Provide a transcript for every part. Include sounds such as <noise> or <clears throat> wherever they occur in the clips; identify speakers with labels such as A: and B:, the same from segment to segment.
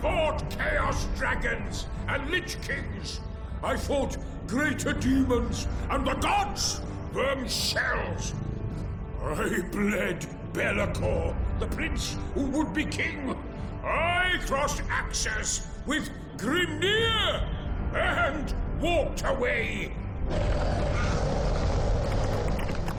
A: fought chaos dragons and lich kings. I fought greater demons, and the gods were shells. I bled Belacor, the prince who would be king. I crossed axes with Grimnir and walked away.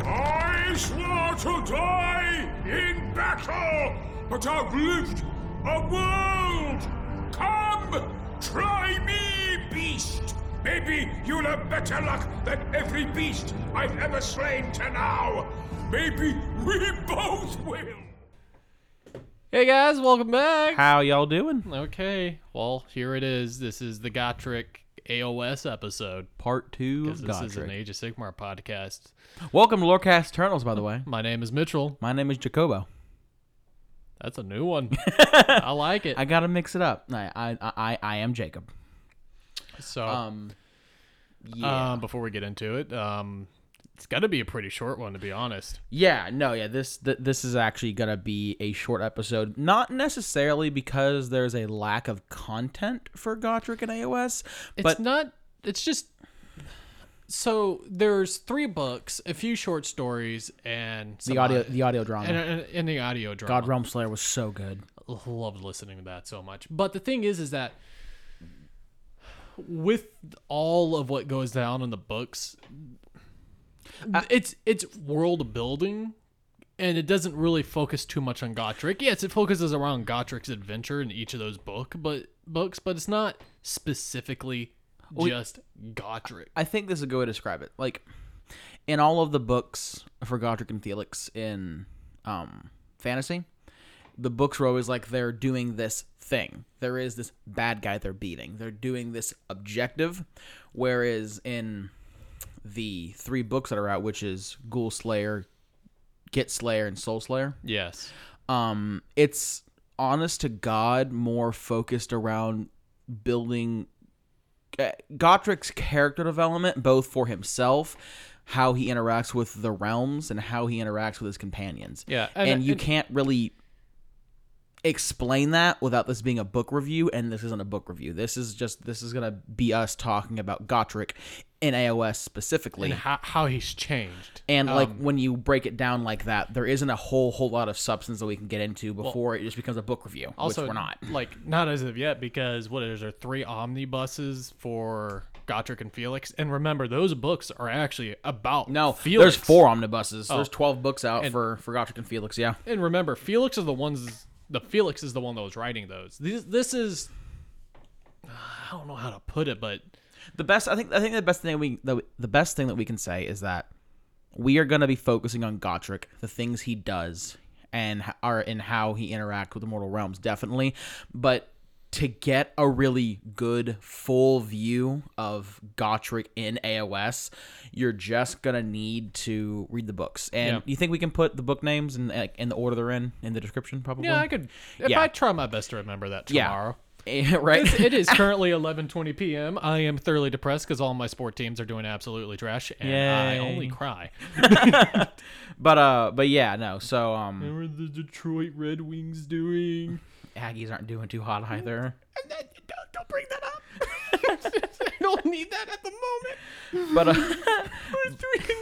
A: I swore to die in battle, but outlived a world. Come, try me, beast. Maybe you'll have better luck than every beast I've ever slain to now. Maybe we both will.
B: Hey guys, welcome back.
C: How y'all doing?
B: Okay, well here it is. This is the Gotrick AOS episode.
C: Part two of
B: 'cause This is an
C: Godric.
B: Age of Sigmar podcast.
C: Welcome to Lorecast Turtles, by the way.
B: My name is Mitchell.
C: My name is Jacobo.
B: That's a new <laughs> one. I like it.
C: I gotta mix it up. I I I, I am Jacob.
B: so,
C: Um, yeah,
B: um, before we get into it, um, it's got to be a pretty short one to be honest.
C: yeah, no, yeah. This th- this is actually gonna be a short episode. Not necessarily because there's a lack of content for Gotrick and AOS,
B: It's
C: but
B: not. It's just. So there's three books, a few short stories, and
C: the
B: some
C: audio the audio drama.
B: and, and, and the audio drama.
C: God, Realm Slayer was so good.
B: loved listening to that so much. But the thing is, is that with all of what goes down in the books, it's it's world building, and it doesn't really focus too much on Gotrek. Yes, it focuses around Gotrik's adventure in each of those book, but books, but it's not specifically just Gotrek.
C: I think this is a good way to describe it. Like in all of the books for Godric and Felix in um, fantasy, the books were always like they're doing this thing. There is this bad guy they're beating. They're doing this objective. Whereas in the three books that are out, which is Ghoul Slayer, Get Slayer, and Soul Slayer,
B: Yes,
C: um it's honest to god more focused around building uh, Gotrik's character development both for himself how he interacts with the realms and how he interacts with his companions
B: Yeah,
C: and,
B: and-
C: you
B: and-
C: can't really explain that without this being a book review and this isn't a book review this is just this is gonna be us talking about Gotrick in aos specifically
B: and how, how he's changed.
C: and like
B: Um,
C: when you break it down like that, there isn't a whole whole lot of substance that we can get into before it just becomes a book review,
B: also
C: which we're not. <laughs>
B: like not as of yet because what is there three omnibuses for Gotrick and Felix and remember those books are actually about
C: No,
B: Felix. Oh.
C: there's four omnibuses. There's twelve books out for for Gotrick and Felix. Yeah,
B: and remember Felix is the ones the Felix is the one that was writing those this, this is <sighs> I don't know how to put it but
C: the best. I think I think the best thing we the, the best thing that we can say is that we are going to be focusing on Gotrick, the things he does, and h- are and how he interacts with the mortal realms, definitely. But to get a really good full view of Gotrick in AOS, you're just gonna need to read the books. And
B: Yeah.
C: you think we can put the book names and like, in the order they're in in the description, probably?
B: yeah I could if
C: Yeah.
B: I try my best to remember that
C: Yeah.
B: tomorrow
C: <laughs> right.
B: It's- it is currently <laughs> 11:20 p.m. I am thoroughly depressed cuz all my sport teams are doing absolutely trash and I
C: Yay.
B: only cry
C: But uh, but yeah, no. So um,
B: What are the Detroit Red Wings doing
C: Aggies aren't doing too hot either.
B: don't, bring that up.
C: <laughs>
B: I don't need that at the moment.
C: But uh,
B: <laughs> We're three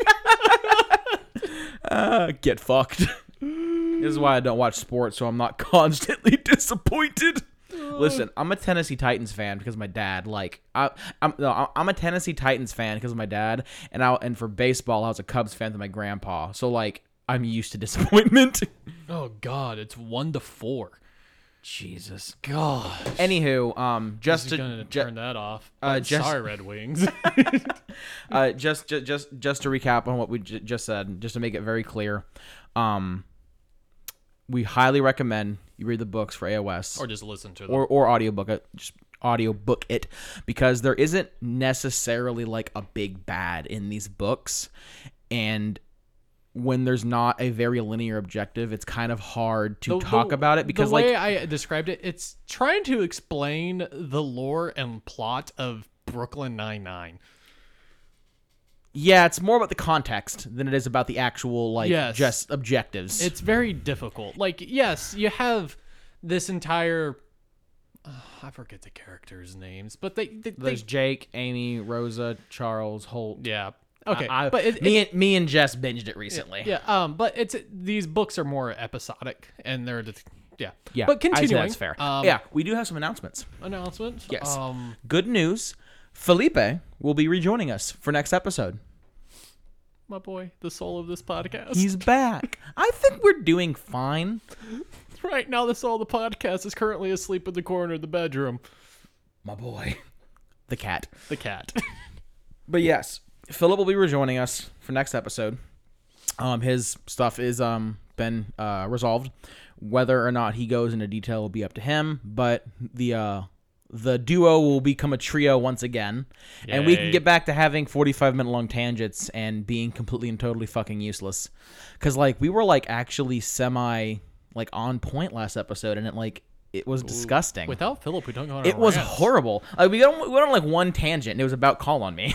B: and seven.
C: <laughs> Uh, get fucked. this is why I don't watch sports, so I'm not <laughs> constantly disappointed. Listen, I'm a Tennessee Titans fan because my dad. Like, I, I'm no, I- I'm a Tennessee Titans fan because of my dad, and I and for baseball, I was a Cubs fan to my grandpa. So like, I'm used
B: <laughs>
C: to disappointment.
B: Oh God, it's one to four.
C: Jesus.
B: God,
C: Anywho, um, just
B: I'm
C: to
B: gonna
C: ju-
B: turn that off.
C: uh,
B: I'm
C: just-
B: sorry, Red
C: <laughs>
B: Wings.
C: uh, just, just just just to recap on what we j- just said, just to make it very clear, um, we highly recommend you read the books for AOS
B: or just listen to them.
C: or or audiobook it just audiobook it because there isn't necessarily like a big bad in these books and when there's not a very linear objective it's kind of hard to
B: The-
C: talk
B: the-
C: about it because
B: the way
C: like
B: I described it, it's trying to explain the lore and plot of Brooklyn Nine Nine.
C: yeah it's more about the context than it is about the actual like
B: Yes.
C: just objectives
B: It's very difficult. Like, yes, you have this entire uh, I forget the characters' names, but they they, they
C: There's Jake, Amy, Rosa, Charles, Holt.
B: yeah okay.
C: I,
B: but it,
C: me and me and Jess binged it recently.
B: yeah um but it's these books are more episodic and they're just, yeah
C: yeah.
B: but
C: I say
B: continuing
C: that's fair.
B: um,
C: yeah, we do have some announcements.
B: announcements
C: Yes.
B: um
C: Good news. Felipe will be rejoining us for next episode.
B: my boy the soul of this podcast
C: He's back. I think we're doing fine.
B: <laughs> right now the soul of the podcast is currently asleep in the corner of the bedroom
C: My boy. The cat.
B: the cat <laughs>
C: But yes, Philip will be rejoining us for next episode. Um, his stuff is um been uh resolved. Whether or not he goes into detail will be up to him. But the uh the duo will become a trio once again, and we can
B: Yay.
C: get back to having forty-five minute long tangents and being completely and totally fucking useless. Cause like we were like actually semi like on point last episode, and it like it was disgusting.
B: without Philip we don't go on
C: it was
B: horrible.
C: horrible. Like we don't we went on like one tangent. and It was about call on me.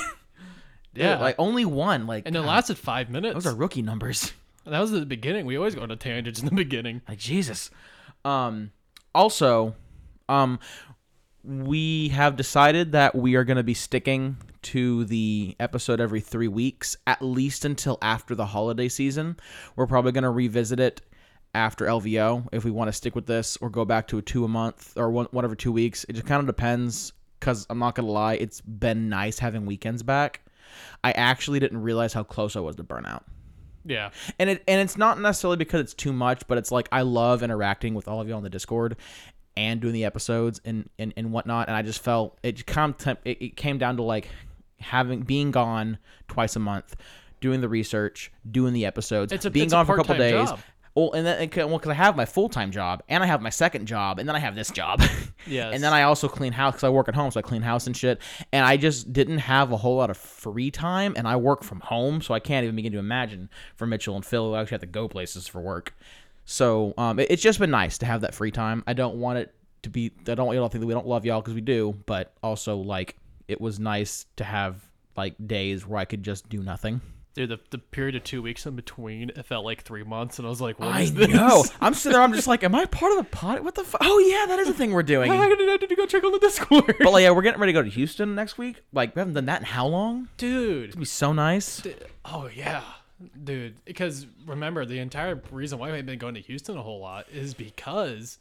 C: <laughs>
B: yeah
C: like only one. Like
B: and it
C: God,
B: lasted five minutes
C: those are rookie numbers. <laughs>
B: that was at the beginning we always go into tangents in the beginning
C: Like Jesus. Um. Also, um, we have decided that we are going to be sticking to the episode every three weeks, at least until after the holiday season. We're probably going to revisit it after LVO if we want to stick with this, or go back to a two a month or one whatever two weeks. It just kind of depends. Cause I'm not gonna lie, it's been nice having weekends back. I actually didn't realize how close I was to burnout.
B: yeah
C: and it and it's not necessarily because it's too much, but it's like I love interacting with all of you on the Discord and doing the episodes and and, and whatnot. And I just felt it come to, it, it came down to like having being gone twice a month, doing the research, doing the episodes,
B: It's a-
C: being
B: it's a
C: gone for a couple
B: part-time
C: days.
B: job.
C: Well, and then well, because I have my full time job and I have my second job and then I have this job. <laughs>
B: Yes.
C: And then I also clean house because I work at home, so I clean house and shit. And I just didn't have a whole lot of free time, and I work from home, so I can't even begin to imagine for Mitchell and Phil who actually have to go places for work. So um, it- it's just been nice to have that free time. I don't want it to be. I don't want y'all to think that we don't love y'all because we do, but also like it was nice to have like days where I could just do nothing.
B: dude the, the period of two weeks in between it felt like three months and I was like what
C: I
B: is this
C: know. <laughs> I'm sitting there. I'm just like, am I part of the pod? What the? Fu- oh yeah, that is a thing we're
B: <laughs> <laughs>
C: doing.
B: I didn't know. Did you go check on the Discord?
C: <laughs> But like, yeah, we're getting ready to go to Houston next week. Like, we haven't done that in how long?
B: dude.
C: be so nice.
B: Oh yeah, dude. Because remember, the entire reason why I've been going to Houston a whole lot is because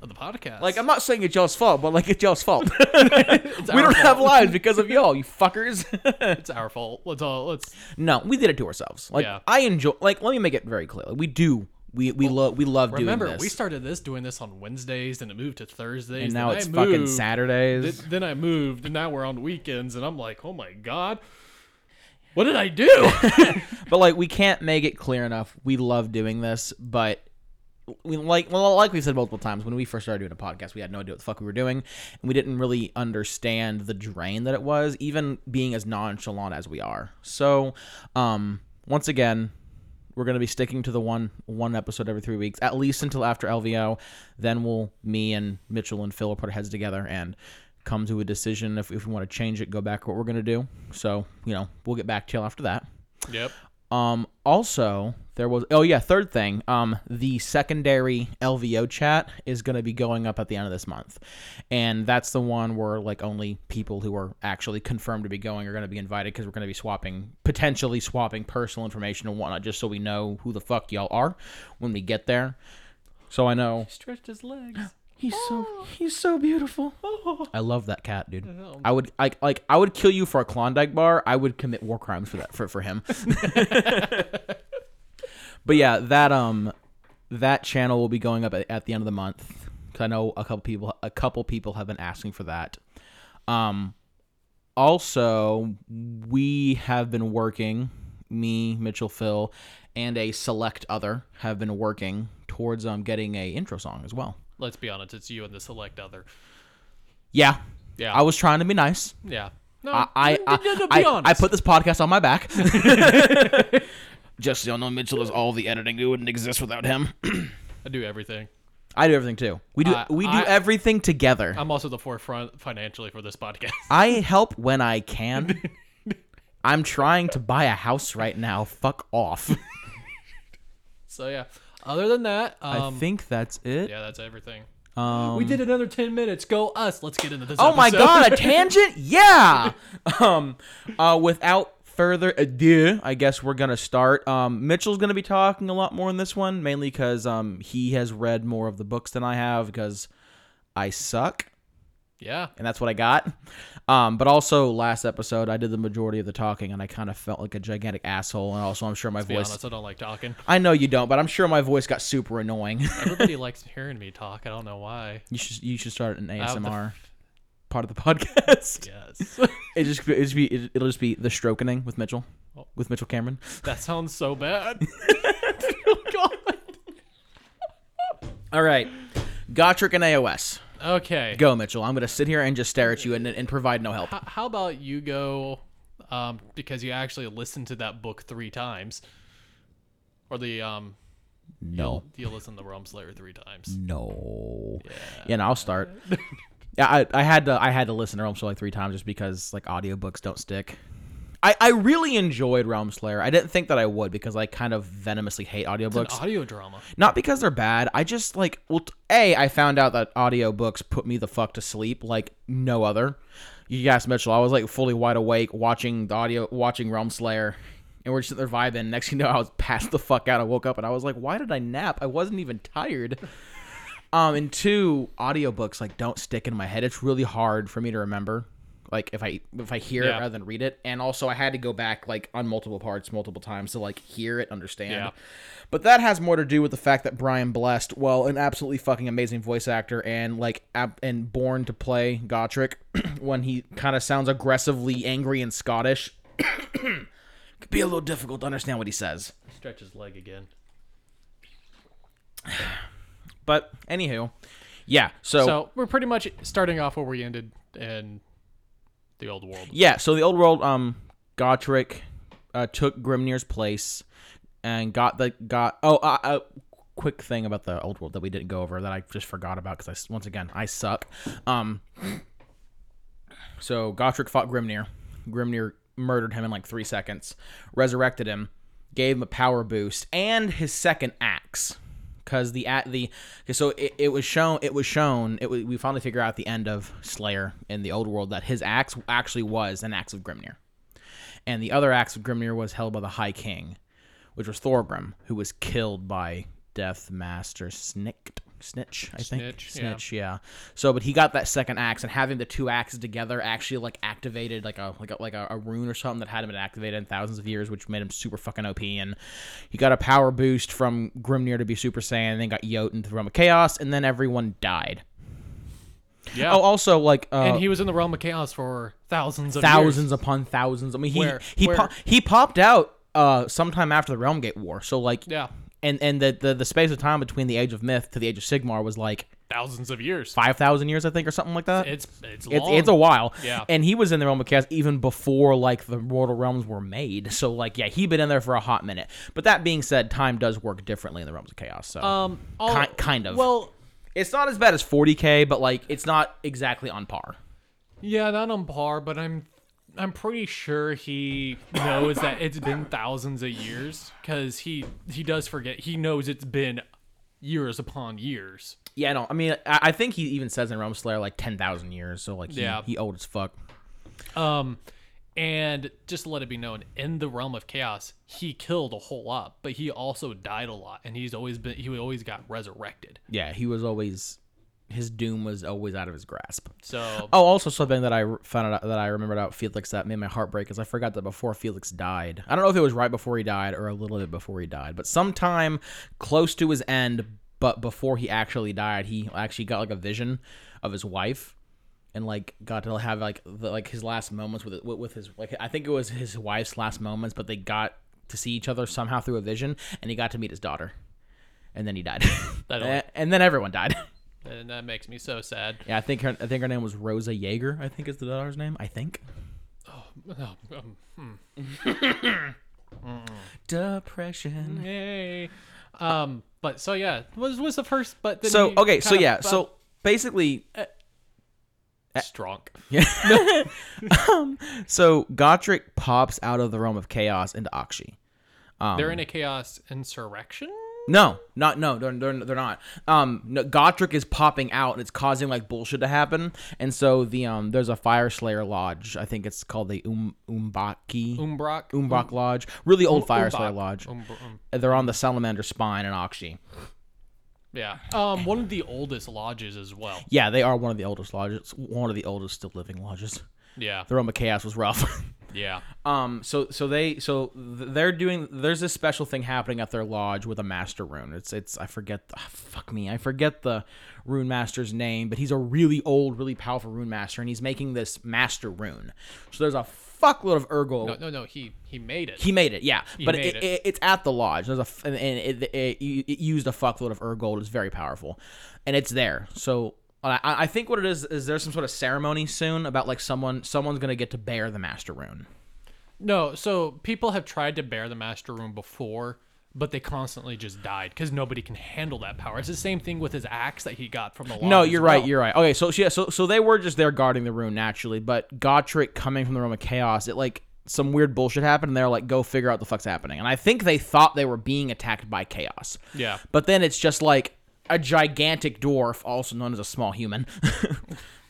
B: of the podcast.
C: Like I'm not saying it's y'all's fault, but like it's
B: <laughs>
C: y'all's fault. <laughs> we don't have lives because of y'all,
B: <laughs>
C: you fuckers.
B: it's our fault. Let's all let's.
C: no, we did it to ourselves. Like
B: Yeah.
C: I enjoy. Like let me make it very clear. Like, we do. We we love we love
B: Remember,
C: doing this.
B: we started this doing this on Wednesdays, and it moved to Thursdays,
C: and now
B: then
C: it's
B: I
C: fucking
B: moved,
C: Saturdays.
B: th- then I moved, and now we're on weekends, and I'm like, oh my god, what did I
C: <laughs>
B: do? <laughs>
C: but like we can't make it clear enough. We love doing this, but we like well, like we've said multiple times when we first started doing a podcast, we had no idea what the fuck we were doing, and we didn't really understand the drain that it was, even being as nonchalant as we are. So, um, once again. We're gonna be sticking to the one one episode every three weeks, at least until after LVO. Then we'll me and Mitchell and Phil will put our heads together and come to a decision if, if we want to change it, go back to what we're gonna do. So you know we'll get back to you after that.
B: yep.
C: Um, also, there was oh yeah, third thing. Um, the secondary LVO chat is going to be going up at the end of this month, and that's the one where like only people who are actually confirmed to be going are going to be invited because we're going to be swapping potentially swapping personal information and whatnot, just so we know who the fuck y'all are when we get there. So I know
B: Stretched his legs.
C: he's so he's so beautiful. I love that cat, dude.
B: know.
C: I would like like I would kill you for a Klondike bar. I would commit war crimes for that for for him. but yeah, that um that channel will be going up at, at the end of the month cuz I know a couple people a couple people have been asking for that. Um also we have been working me, Mitchell, Phil, and a select other have been working towards um getting a intro song as well.
B: Let's be honest, it's you and the select other.
C: Yeah.
B: Yeah. Mm.
C: I was trying to be nice.
B: Yeah. No,
C: I I,
B: no, no, no, be
C: I, I, I
B: honest.
C: put this podcast on my
B: <laughs>
C: back. <laughs> Just so you know, Mitchell is all the editing. It wouldn't exist without him.
B: I do everything.
C: <clears throat> I do everything too. We do
B: Uh,
C: we do
B: I-
C: everything together.
B: I'm also the forefront financially for this podcast.
C: I help when
B: <laughs>
C: I can. I'm trying to buy a house right now. Fuck off.
B: So yeah. Other than that,
C: I
B: um,
C: think that's it.
B: yeah, that's everything. we did another ten minutes. Go us. Let's get into this.
C: Oh my
B: episode.
C: god, a tangent? Yeah. Um uh without further ado, I guess we're going to start. Um Mitchell's going to be talking a lot more in this one mainly cuz um he has read more of the books than I have cuz I suck
B: <laughs> yeah.
C: and that's what I got. Um but also last episode I did the majority of the talking and I kind of felt like a gigantic asshole and also I'm sure my
B: To be
C: voice
B: honest, I don't like talking.
C: I know you don't, but I'm sure my voice got super annoying. <laughs>
B: Everybody likes hearing me talk. I don't know why.
C: you should you should start an
B: have the
C: ASMR part of the <laughs> podcast. <laughs>
B: Yes.
C: It just it just be it- it'll just be the strokening with Mitchell, with Mitchell Cameron. <laughs>
B: that sounds so bad. Oh, God.
C: All right, Gotrick and AOS.
B: Okay.
C: Go Mitchell. I'm gonna sit here and just stare at you and, and provide no help.
B: H- How about you go, um, because you actually listened to that book three times, or the um,
C: No,
B: you listened to the Realm Slayer three times.
C: no. Yeah, no, I'll start. <laughs> yeah, I, I had to I had to listen to Realm Slayer like three times just because like audiobooks don't stick. I, I really enjoyed Realm Slayer. I didn't think that I would because I kind of venomously hate
B: An
C: audiobooks.
B: audio drama.
C: not because they're bad. I just like well, t- a I found out that audiobooks put me the fuck to sleep like no other. You asked Mitchell, I was like fully wide awake watching the audio, watching Realm Slayer, and we're just sitting there vibing. Next thing you know, I was <laughs> passed the fuck out. I woke up and I was like, why did I nap? I wasn't even tired. Um, and two, audiobooks like don't stick in my head. It's really hard for me to remember. Like if I if I hear
B: Yeah.
C: it rather than read it, and also I had to go back like on multiple parts multiple times to like hear it, understand.
B: Yeah.
C: But that has more to do with the fact that Brian Blessed, well, an absolutely fucking amazing voice actor, and like ab- and born to play Gotrick <clears throat> when he kind of sounds aggressively angry and Scottish, <coughs> could be a little difficult to understand what he says.
B: Stretch his leg again.
C: But anywho, yeah. So,
B: So we're pretty much starting off where we ended in the old world.
C: yeah, so the old world, um, Gotrick uh, took Grimnir's place and got the got. Oh, uh, uh, quick thing about the old world that we didn't go over that I just forgot about because I s- once again I suck. Um. So Gotrick fought Grimnir. Grimnir murdered him in like three seconds, resurrected him, gave him a power boost, and his second axe. Because the at the 'cause so it, it was shown it was shown it wa- we finally figure out at the end of Slayer in the old world that his axe actually was an axe of Grimnir, and the other axe of Grimnir was held by the High King, which was Thorgrim, who was killed by Death Master Snicked Snitch I think
B: Snitch, yeah.
C: Snitch yeah. So, but he got that second axe, and having the two axes together actually like activated like a like a, like a, a rune or something that hadn't been activated in thousands of years, which made him super fucking OP. And he got a power boost from Grimnir to be Super Saiyan, and then got Jotun to the Realm of Chaos, and then everyone died.
B: Yeah.
C: Oh, also like uh,
B: and he was in the realm of chaos for thousands of
C: thousands
B: years.
C: upon thousands. I mean, he
B: Where-
C: he
B: where-
C: po- he popped out uh sometime after the Realm Gate War. So like
B: Yeah.
C: and and the, the the space of time between the Age of Myth to the Age of Sigmar was like
B: Thousands of years.
C: five thousand years, I think, or something like that.
B: It's it's long.
C: It's, it's a while.
B: Yeah.
C: And he was in the Realm of Chaos even before like the Mortal Realms were made. So like yeah, he'd been in there for a hot minute. But that being said, time does work differently in the Realms of Chaos. So
B: um all-
C: Ki- kind of.
B: Well,
C: it's not as bad as 40k, but like it's not exactly on par.
B: Yeah, not on par, but I'm I'm pretty sure he knows that it's been thousands of years cuz he he does forget. He knows it's been years upon years.
C: Yeah, no. I mean, I, I think he even says in Realm Slayer like 10,000 years. So like he,
B: Yeah.
C: he old as fuck.
B: Um and just to let it be known, in the realm of chaos, he killed a whole lot, but he also died a lot and he's always been he always got resurrected.
C: Yeah, he was always his doom was always out of his grasp.
B: So
C: Oh, also something that I re- found out that I remembered out Felix that made my heart break is I forgot that before Felix died. I don't know if it was right before he died or a little bit before he died, but sometime close to his end, but before he actually died, he actually got like a vision of his wife and like got to have like the, like his last moments with with with his like I think it was his wife's last moments, but they got to see each other somehow through a vision, and he got to meet his daughter, and then he died, <laughs>
B: That only-
C: and, and then everyone died. <laughs>
B: and that makes me so sad. <laughs>
C: Yeah, I think her. I think her name was Rosa Yeager. I think is the daughter's name. I think.
B: Oh, um,
C: Depression.
B: yay. Um but so yeah, was was the first but then
C: So
B: he
C: okay, so
B: kinda
C: yeah,
B: felt
C: so uh, basically,
B: strong.
C: so Gotrick pops out of the realm of chaos into Akshi.
B: They're in a chaos insurrection.
C: No, not no, they're, they're, they're not. Um, no, Gotrick is popping out and it's causing like bullshit to happen. And so the um, there's a Fire Slayer lodge. I think it's called the um Umbaki
B: Umbrock.
C: Umbach Lodge, really old Fire
B: Umbach.
C: Slayer Lodge.
B: Um, um,
C: And They're on the Salamander Spine in Akshi.
B: yeah. Um, one of the oldest lodges as well.
C: Yeah, they are one of the oldest lodges. One of the oldest still living lodges.
B: Yeah.
C: The Roma Chaos was rough. <laughs>
B: Yeah.
C: Um, so so they so th- they're doing. There's this special thing happening at their lodge with a master rune. It's it's I forget. ah, fuck me, I forget the rune master's name, but he's a really old, really powerful rune master, and he's making this master rune. So there's a fuckload of Urgol.
B: No, no, no. He he made it.
C: He made it, yeah, but
B: made
C: it,
B: it.
C: it. it's at the lodge. There's a f- and it, it, it, it used a fuckload of ergold. It's very powerful, and it's there. So I, I think what it is is there's some sort of ceremony soon about like someone someone's gonna get to bear the master rune.
B: no. So people have tried to bear the master room before, but they constantly just died because nobody can handle that power. It's the same thing with his axe that he got from the lodge.
C: No,
B: as
C: you're right.
B: well.
C: You're right. Okay, so so yeah, so so they were just there guarding the room naturally, but Gotrick coming from the realm of chaos, it like some weird bullshit happened. and They're like, go figure out the fuck's happening. And I think they thought they were being attacked by chaos.
B: Yeah.
C: But then it's just like a gigantic dwarf, also known as a small human, <laughs>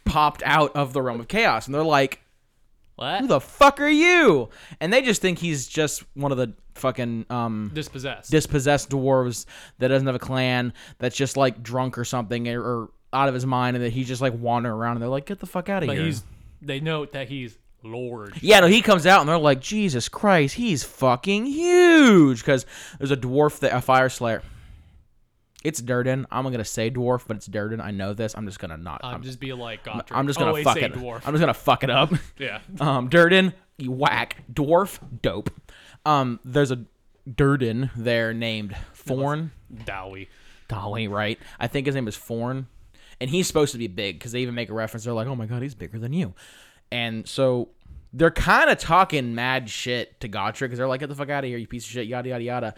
C: popped out of the realm of chaos, and they're like,
B: What?
C: who the fuck are you? And they just think he's just one of the fucking um
B: dispossessed.
C: dispossessed dwarves that doesn't have a clan that's just like drunk or something or, or out of his mind and that he's just like wandering around and they're like get the fuck out of
B: but
C: here
B: he's. They note that he's lord.
C: yeah no he comes out and they're like jesus christ he's fucking huge because there's a dwarf that a fire slayer it's Durden. I'm gonna say dwarf, but it's Durden. I know this. I'm just gonna not.
B: I'm
C: I'm,
B: Um, just be like Gotrick.
C: I'm just gonna
B: Always
C: fuck
B: say
C: it.
B: Oh, Dwarf.
C: I'm just gonna fuck
B: <laughs>
C: it up.
B: yeah.
C: Um, Durden, you whack. Dwarf, dope. Um, there's a Durden there named Thorn.
B: Dowie.
C: Dolly, right? I think his name is Forn, and he's supposed to be big because they even make a reference. They're like, "Oh my god, he's bigger than you," and so they're kind of talking mad shit to Gotrick because they're like, "Get the fuck out of here, you piece of shit!" Yada yada yada,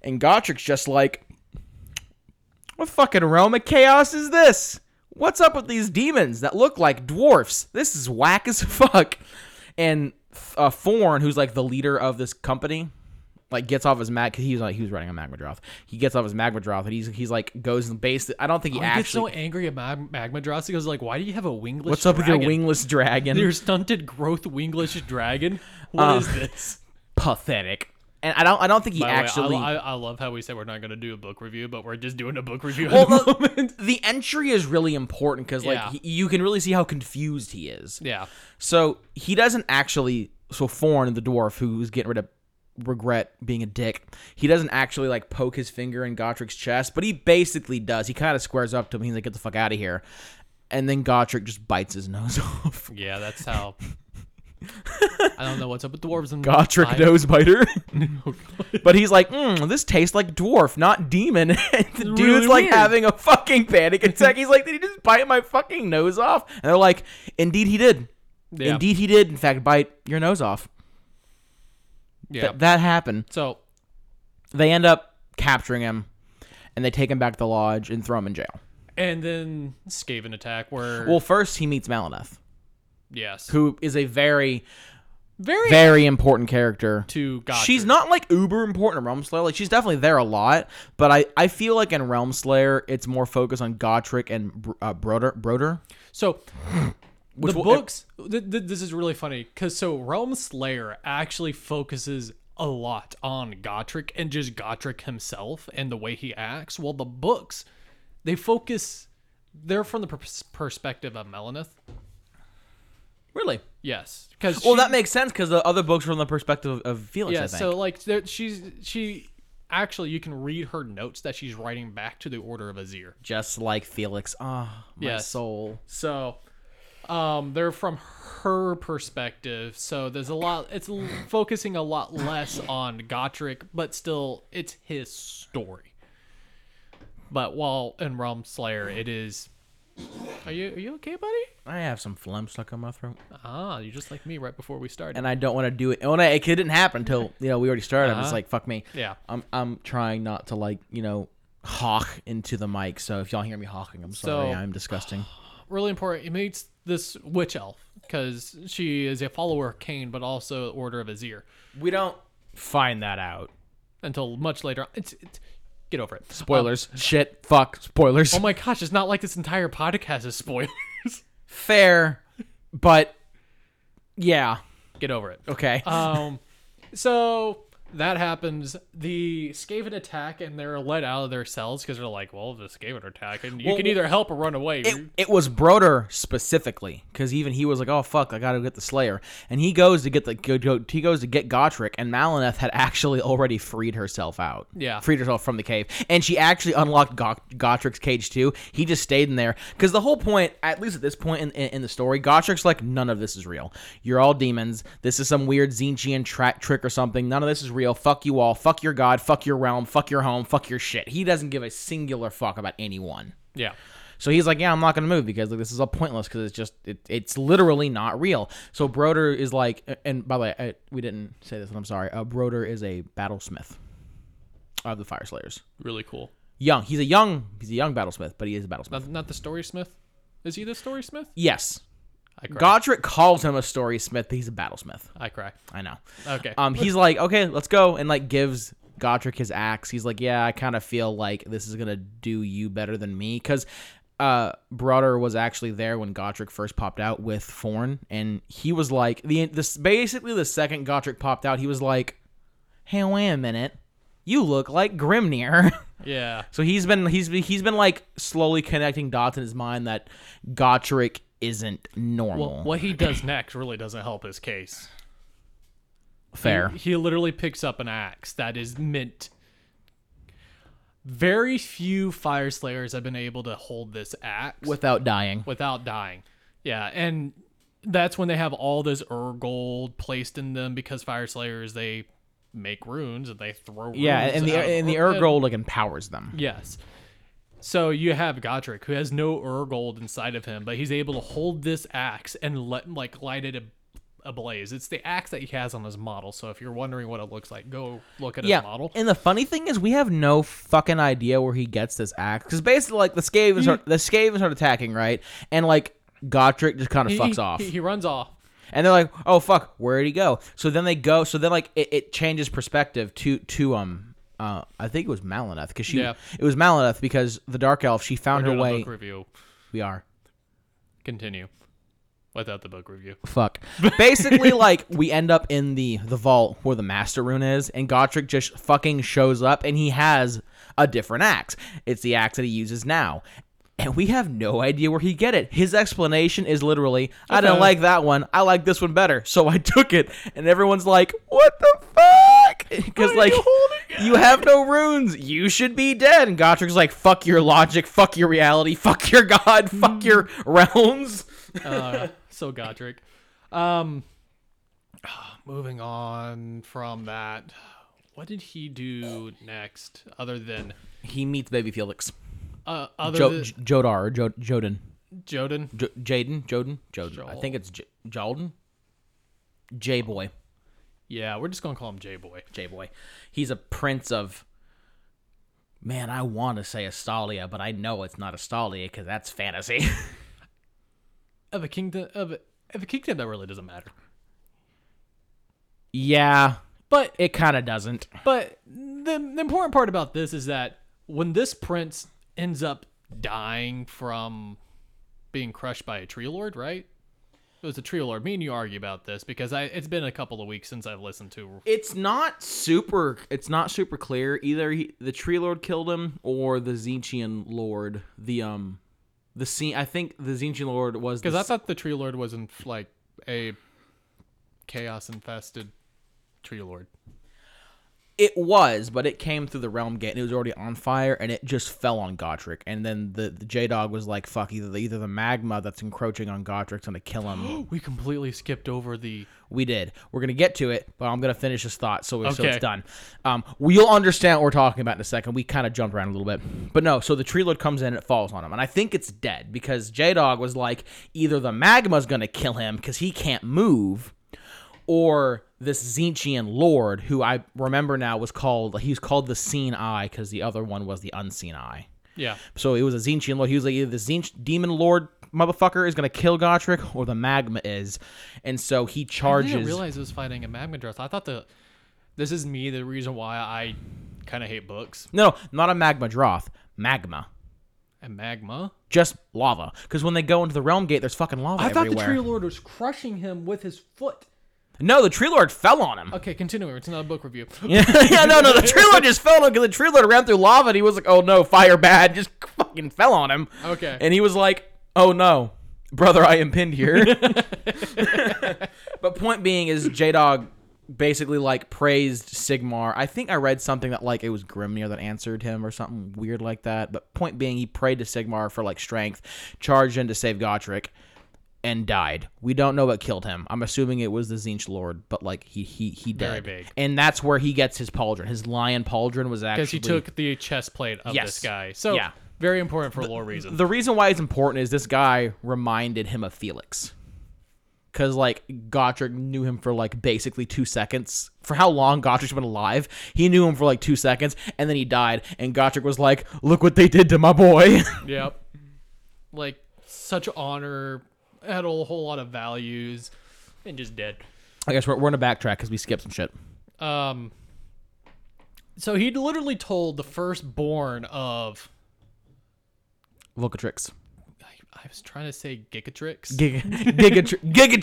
C: and Gotrick's just like, "What fucking realm of chaos is this? What's up with these demons that look like dwarfs? This is whack as <laughs> fuck." And uh, Forn, who's like the leader of this company, like gets off his mag. Cause he was like he was riding a magmadroth. He gets off his magmadroth and he's he's like goes and base. I don't think he
B: Oh, He gets so
C: actually.
B: angry at Mag- Magmadross. He goes like, "Why do you have a wingless?
C: <laughs> What's up with your
B: dragon?
C: wingless
B: <laughs>
C: dragon?
B: Your stunted growth wingless dragon. What is this?
C: <laughs> pathetic. And I don't I don't think Uh, he
B: By the way, I-
C: actually.
B: I, I love how we said we're not going to do a book review, but we're just doing a book review. at <laughs>
C: <laughs> well,
B: the moment.
C: the, the entry is really important because like
B: Yeah.
C: he, you can really see how confused he is.
B: yeah,
C: So he doesn't actually. So Thorn, the dwarf who's getting rid of regret being a dick, he doesn't actually like poke his finger in Gotrick's chest, but he basically does. He kind of squares up to him. He's like, "Get the fuck out of here." And then Gotrick just bites his nose <laughs> off.
B: yeah, that's
C: <laughs>
B: how. I don't know what's up with dwarves and
C: Gotrick
B: I-
C: Nosebiter. <laughs> but he's like, mm, this tastes like dwarf, not demon. <laughs> and the dude's
B: really
C: like
B: weird.
C: having a
B: <laughs>
C: fucking panic attack. He's like, did he just bite my fucking nose off? And they're like, indeed he did.
B: Yeah.
C: Indeed he did, in fact, bite your nose off.
B: Yeah.
C: Th- that happened.
B: so
C: They end up capturing him, and they take him back to the lodge and throw him in jail.
B: and then Skaven attack where
C: Well, first he meets Malinoth,
B: yes,
C: who is a very,
B: very
C: very important character
B: to God.
C: She's not like uber important in Realm Slayer. Like she's definitely there a lot, but I, I feel like in Realm Slayer it's more focused on Gotrick and Br- uh, Broder Broder.
B: So the
C: will-
B: books. Th- th- this is really funny because so Realm Slayer actually focuses a lot on Gotrick and just Gotrick himself and the way he acts. Well, the books they focus. They're from the pers- perspective of Melanith.
C: Really?
B: Yes, because
C: Well, that makes sense because the other books were from the perspective of, of Felix.
B: yeah.
C: I think.
B: So like there, she's she actually you can read her notes that she's writing back to the Order of Azir.
C: just like Felix, ah, my
B: Yes.
C: soul.
B: So um, they're from her perspective. So there's a lot, it's l- focusing a lot less on Gotrick, but still, it's his story. But while in Realm Slayer, it is. Are you are you okay, buddy?
C: I have some phlegm stuck in my throat,
B: Ah, you're just like me right before we started.
C: and I don't want to do it. And when I, it didn't happen until you know we already started. I'm just
B: Uh-huh.
C: like fuck me.
B: Yeah.
C: I'm I'm trying not to like you know hawk into the mic. So if y'all hear me hawking, I'm sorry.
B: So-
C: I'm disgusting.
B: really important. It meets this witch elf because she is a follower of Cain, but also Order of Azir.
C: we don't find that out.
B: until much later. It's, it's Get over it.
C: Spoilers. Um, Shit. Fuck. Spoilers.
B: Oh my gosh, it's not like this entire podcast is spoilers. <laughs>
C: Fair, but yeah.
B: Get over it.
C: Okay.
B: Um, so that happens. The Skaven attack, and they're let out of their cells because they're like, "Well, the Skaven attack, and you
C: Well,
B: can either help or run away."
C: it, it was Broder specifically because even he was like, "Oh fuck, I gotta get the Slayer," and he goes to get the go, go, he goes to get Gotrek, and Malineth had actually already freed herself out,
B: Yeah.
C: freed herself from the cave, and she actually unlocked Go- Gotrek's cage too. He just stayed in there because the whole point, at least at this point in, in, in the story, Gotrek's like, "None of this is real. You're all demons. This is some weird Zinchian tra- trick or something. None of this is real. Fuck you all. Fuck your god. Fuck your realm. Fuck your home. Fuck your shit." He doesn't give a singular fuck about anyone.
B: yeah,
C: So he's like, yeah, I'm not gonna move because like this is all pointless because it's just it, it's literally not real. So Broder is like, and by the way, I, we didn't say this, and I'm sorry. Uh, Broder is a battlesmith of the Fire Slayers.
B: really cool.
C: Young, he's a young, he's a young battlesmith, but he is a battlesmith.
B: Not, not the story smith. Is he the story smith?
C: yes,
B: I cry.
C: Godric calls him a story smith, but he's a battlesmith.
B: I cry.
C: I know.
B: Okay.
C: Um, he's like, okay, let's go, and like gives Godric his axe. He's like, yeah, I kind of feel like this is gonna do you better than me, because uh, Broder was actually there when Godric first popped out with Forn, and he was like, the this basically the second Godric popped out, he was like, hey, wait a minute, you look like Grimnir. <laughs>
B: yeah.
C: So he's been he's he's been like slowly connecting dots in his mind that Godric isn't normal.
B: Well, what
C: <laughs>
B: he does next really doesn't help his case.
C: Fair.
B: He literally picks up an axe that is mint. Very few fire slayers have been able to hold this axe
C: Without dying.
B: without dying. Yeah, and that's when they have all this Urgold placed in them because fire slayers they make runes and they throw.
C: Yeah,
B: runes
C: and the
B: out of
C: and the
B: Ur-
C: Urgold like empowers them.
B: Yes. So you have Godric, who has no Urgold inside of him, but he's able to hold this axe and let like light it ab- ablaze. It's the axe that he has on his model. So if you're wondering what it looks like, go look at his
C: Yeah,
B: model.
C: and the funny thing is, we have no fucking idea where he gets this axe because basically, like the Skavens
B: Mm.
C: are the Skavens are attacking, right? And like Godric just kind of
B: He- <laughs>
C: fucks
B: he-
C: off,
B: He, he runs off.
C: and they're like, "Oh fuck, where would he go?" So then they go, so then like it, it changes perspective to to um. Uh, I think it was Malineth because she.
B: Yeah.
C: It was Malineth because the Dark Elf. She found
B: Doing
C: her
B: a
C: way.
B: book review.
C: We are.
B: Continue. Without the book review. <laughs>
C: fuck. Basically, like we end up in the the vault where the master rune is, and Gotrek just fucking shows up, and he has a different axe. It's the axe that he uses now. And we have no idea where he get it. His explanation is literally, "I didn't
B: Okay.
C: like that one. I like this one better, so I took it." And everyone's like, "What the fuck?" Because
B: are
C: like,
B: you holding
C: you have no runes. You should be dead. And Gotrek's like, "Fuck your logic. Fuck your reality. Fuck your god.
B: Hmm.
C: Fuck your <laughs> realms."
B: Uh, so Godric. Um, <sighs> moving on from that. What did he do next other than
C: He meets Baby Felix.
B: uh, other
C: Jo-
B: than
C: J- Jodar or Jo- Joden.
B: Joden?
C: J- Jaden? Joden? Joden. I think it's J- Jolden? J Boy.
B: Yeah, we're just gonna call him J Boy.
C: J Boy. He's a prince of. Man, I want to say Astalia, but I know it's not Astalia because that's fantasy. <laughs>
B: Of a kingdom of a, of a kingdom that really doesn't matter.
C: yeah,
B: But
C: it kind of doesn't.
B: but the, the important part about this is that when this prince ends up dying from being crushed by a tree lord, right? It was a tree lord. Me and you argue about this because I it's been a couple of weeks since I've listened to
C: It's not super. It's not super clear either. He, the Tree Lord killed him, or the Zinchian Lord. The um, the scene. I think the Zinchian Lord was
B: because
C: the
B: I thought the tree lord was in like a chaos infested tree lord.
C: It was, but it came through the realm gate and it was already on fire and it just fell on Godric. And then the, the J Dog was like, fuck, either the, either the magma that's encroaching on Godric's gonna kill him.
B: We completely skipped over the
C: we did. We're gonna get to it, but I'm gonna finish this thought so, so it's
B: Okay.
C: done. Um, well, you'll understand what we're talking about in a second. We kind of jumped around a little bit. But no, so the tree lord comes in and it falls on him. And I think it's dead because J Dog was like, either the magma's gonna kill him because he can't move or this Zinchian lord who I remember now was called he was called the Seen Eye because the other one was the Unseen Eye.
B: yeah
C: So it was a Zinchian lord. He was like either the Zinch demon lord motherfucker is gonna kill Gotrek or the magma is, and so he
B: I didn't
C: charges.
B: realize it was fighting a magma dress. I thought the this is me the reason why I kind of hate books
C: No, no, not a magma droth. Magma.
B: and magma.
C: Just lava. Because when they go into the realm gate, there's fucking lava
B: I thought
C: everywhere.
B: the tree lord was crushing him with his foot.
C: no, the tree lord fell on him.
B: Okay, continuing. It's another book review.
C: <laughs> yeah, yeah, no, no, the tree lord just fell on him because the tree lord ran through lava and he was like, oh no, fire bad. Just fucking fell on him.
B: Okay.
C: And he was like, oh no, brother, I am pinned
B: <laughs>
C: here. but point being is J Dog basically like praised Sigmar. I think I read something that like it was Grimnir that answered him or something weird like that. But point being, he prayed to Sigmar for like strength, charged in to save Gotrek. And died. We don't know what killed him. I'm assuming it was the Zinch Lord, but like he he he died.
B: Very big.
C: And that's where he gets his pauldron. His lion pauldron was actually
B: because he took the chest plate of
C: Yes.
B: this guy. So
C: Yeah.
B: very important for lore reasons.
C: the reason why it's important is this guy reminded him of Felix. Cause like Gotrek knew him for like basically two seconds. For how long Gotrik's been alive, he knew him for like two seconds, and then he died. And Gotrek was like, "Look what they did to my boy." <laughs>
B: Yep. Like such honor, had a whole lot of values, and just dead.
C: I guess we're, we're in a backtrack because we skipped some shit.
B: Um. So he literally told the firstborn of
C: Volcatrix,
B: I, I was trying to say Gigatrix,
C: Giga, <laughs> Giga, Tr- Giga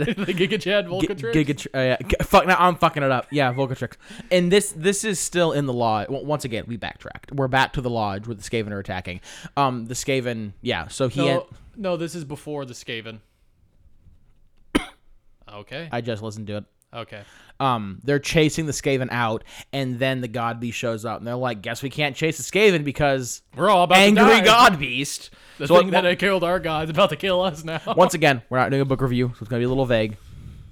B: <laughs> the Gigachad
C: G-
B: Volcatrix.
C: Giga, Tr- uh, yeah. G- fuck, no, I'm fucking it up. Yeah, Volcatrix. And this this is still in the law. W- once again, we backtracked. We're back to the lodge where the Skaven are attacking. Um, the Skaven, yeah. So he,
B: no,
C: had-
B: no, this is before the Skaven. <coughs> okay.
C: I just listened to it.
B: okay.
C: Um, they're chasing the Skaven out, and then the God Beast shows up, and they're like, "Guess we can't chase the Skaven because
B: We're all about to
C: angry
B: die.
C: God Beast."
B: <laughs> The
C: So
B: thing
C: on-
B: that had killed our god is about to kill us now.
C: once again, we're not doing a book review, so it's gonna be a little vague.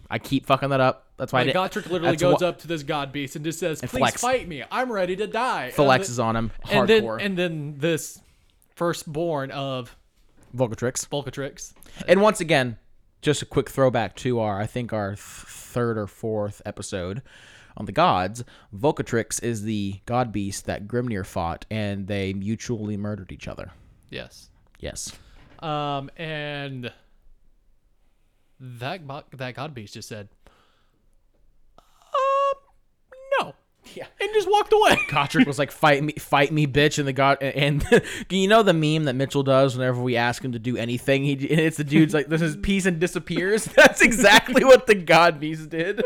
C: I keep fucking that up. That's
B: <laughs>
C: why I
B: Like,
C: didn't-
B: Gotrek literally
C: that's
B: goes
C: why-
B: up to this god beast and just says, "Please
C: flex.
B: fight me! I'm ready to die."
C: Flex
B: and
C: is on him.
B: the- and then,
C: Hardcore.
B: and then this firstborn of
C: Volcatrix.
B: Volcatrix.
C: And once again, just a quick throwback to our, I think our th- third or fourth episode on the gods. Volcatrix is the god beast that Grimnir fought, and they mutually murdered each other.
B: Yes.
C: Yes.
B: Um, and that bo- that god beast just said, "Um, no." Yeah. And just walked away.
C: Gotrek <laughs> was like, "Fight me, fight me, bitch!" And the god, and <laughs> you know the meme that Mitchell does whenever we ask him to do anything. He, it's the dude's like, "This is peace," and disappears. <laughs> That's exactly what the god beast did.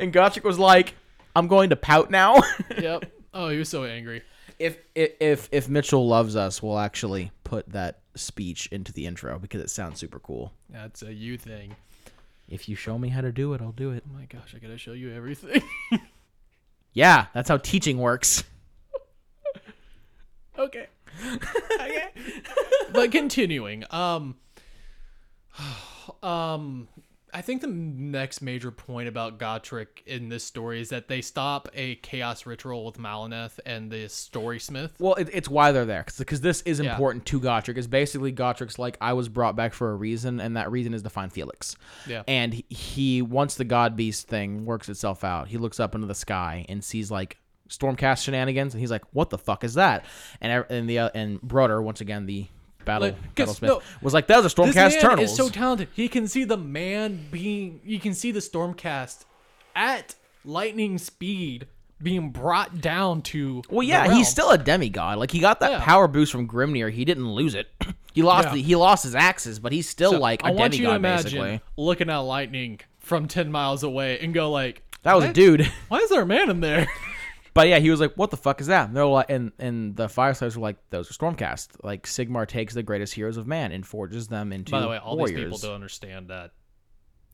C: And Gotrek was like, "I'm going to pout now." <laughs>
B: yep. Oh, he was so angry.
C: if if- if if Mitchell loves us, we'll actually put that speech into the intro because it sounds super cool.
B: That's a you thing.
C: If you show me how to do it, I'll do it.
B: Oh my gosh, I gotta show you everything. <laughs>
C: Yeah, that's how teaching works.
B: okay. <laughs> okay. but continuing, um, <sighs> um, I think the next major point about Gotrek in this story is that they stop a chaos ritual with Malineth and the story smith.
C: Well, it, it's why they're there because this is
B: Yeah.
C: important to Gotrek. Is basically Gotrek's like I was brought back for a reason, and that reason is to find Felix.
B: Yeah.
C: And he- he once the God Beast thing works itself out, he looks up into the sky and sees like Stormcast shenanigans, and he's like, "What the fuck is that?" And ev- and the uh, and Broder once again the battle
B: Like, 'cause,
C: battlesmith
B: no,
C: was like, "That was
B: This
C: a Stormcast
B: man
C: turtles."
B: is so talented. He can see the man being. You can see the stormcast at lightning speed being brought down to.
C: Well, yeah, he's still a demigod. Like he got that
B: Yeah.
C: power boost from Grimnir. He didn't lose it. <clears throat> He lost.
B: Yeah.
C: The, he lost his axes, but he's still like a
B: I want
C: demigod.
B: you to imagine
C: basically,
B: looking at lightning from ten miles away and go like,
C: that was a
B: "What?
C: dude. <laughs>
B: Why is there a man in there?
C: But yeah, he was like, "What the fuck is that?" And they're like, and and the fireflies were like, "Those are Stormcast." Like Sigmar takes the greatest heroes of man and forges them into
B: By the way, all
C: warriors.
B: these people don't understand that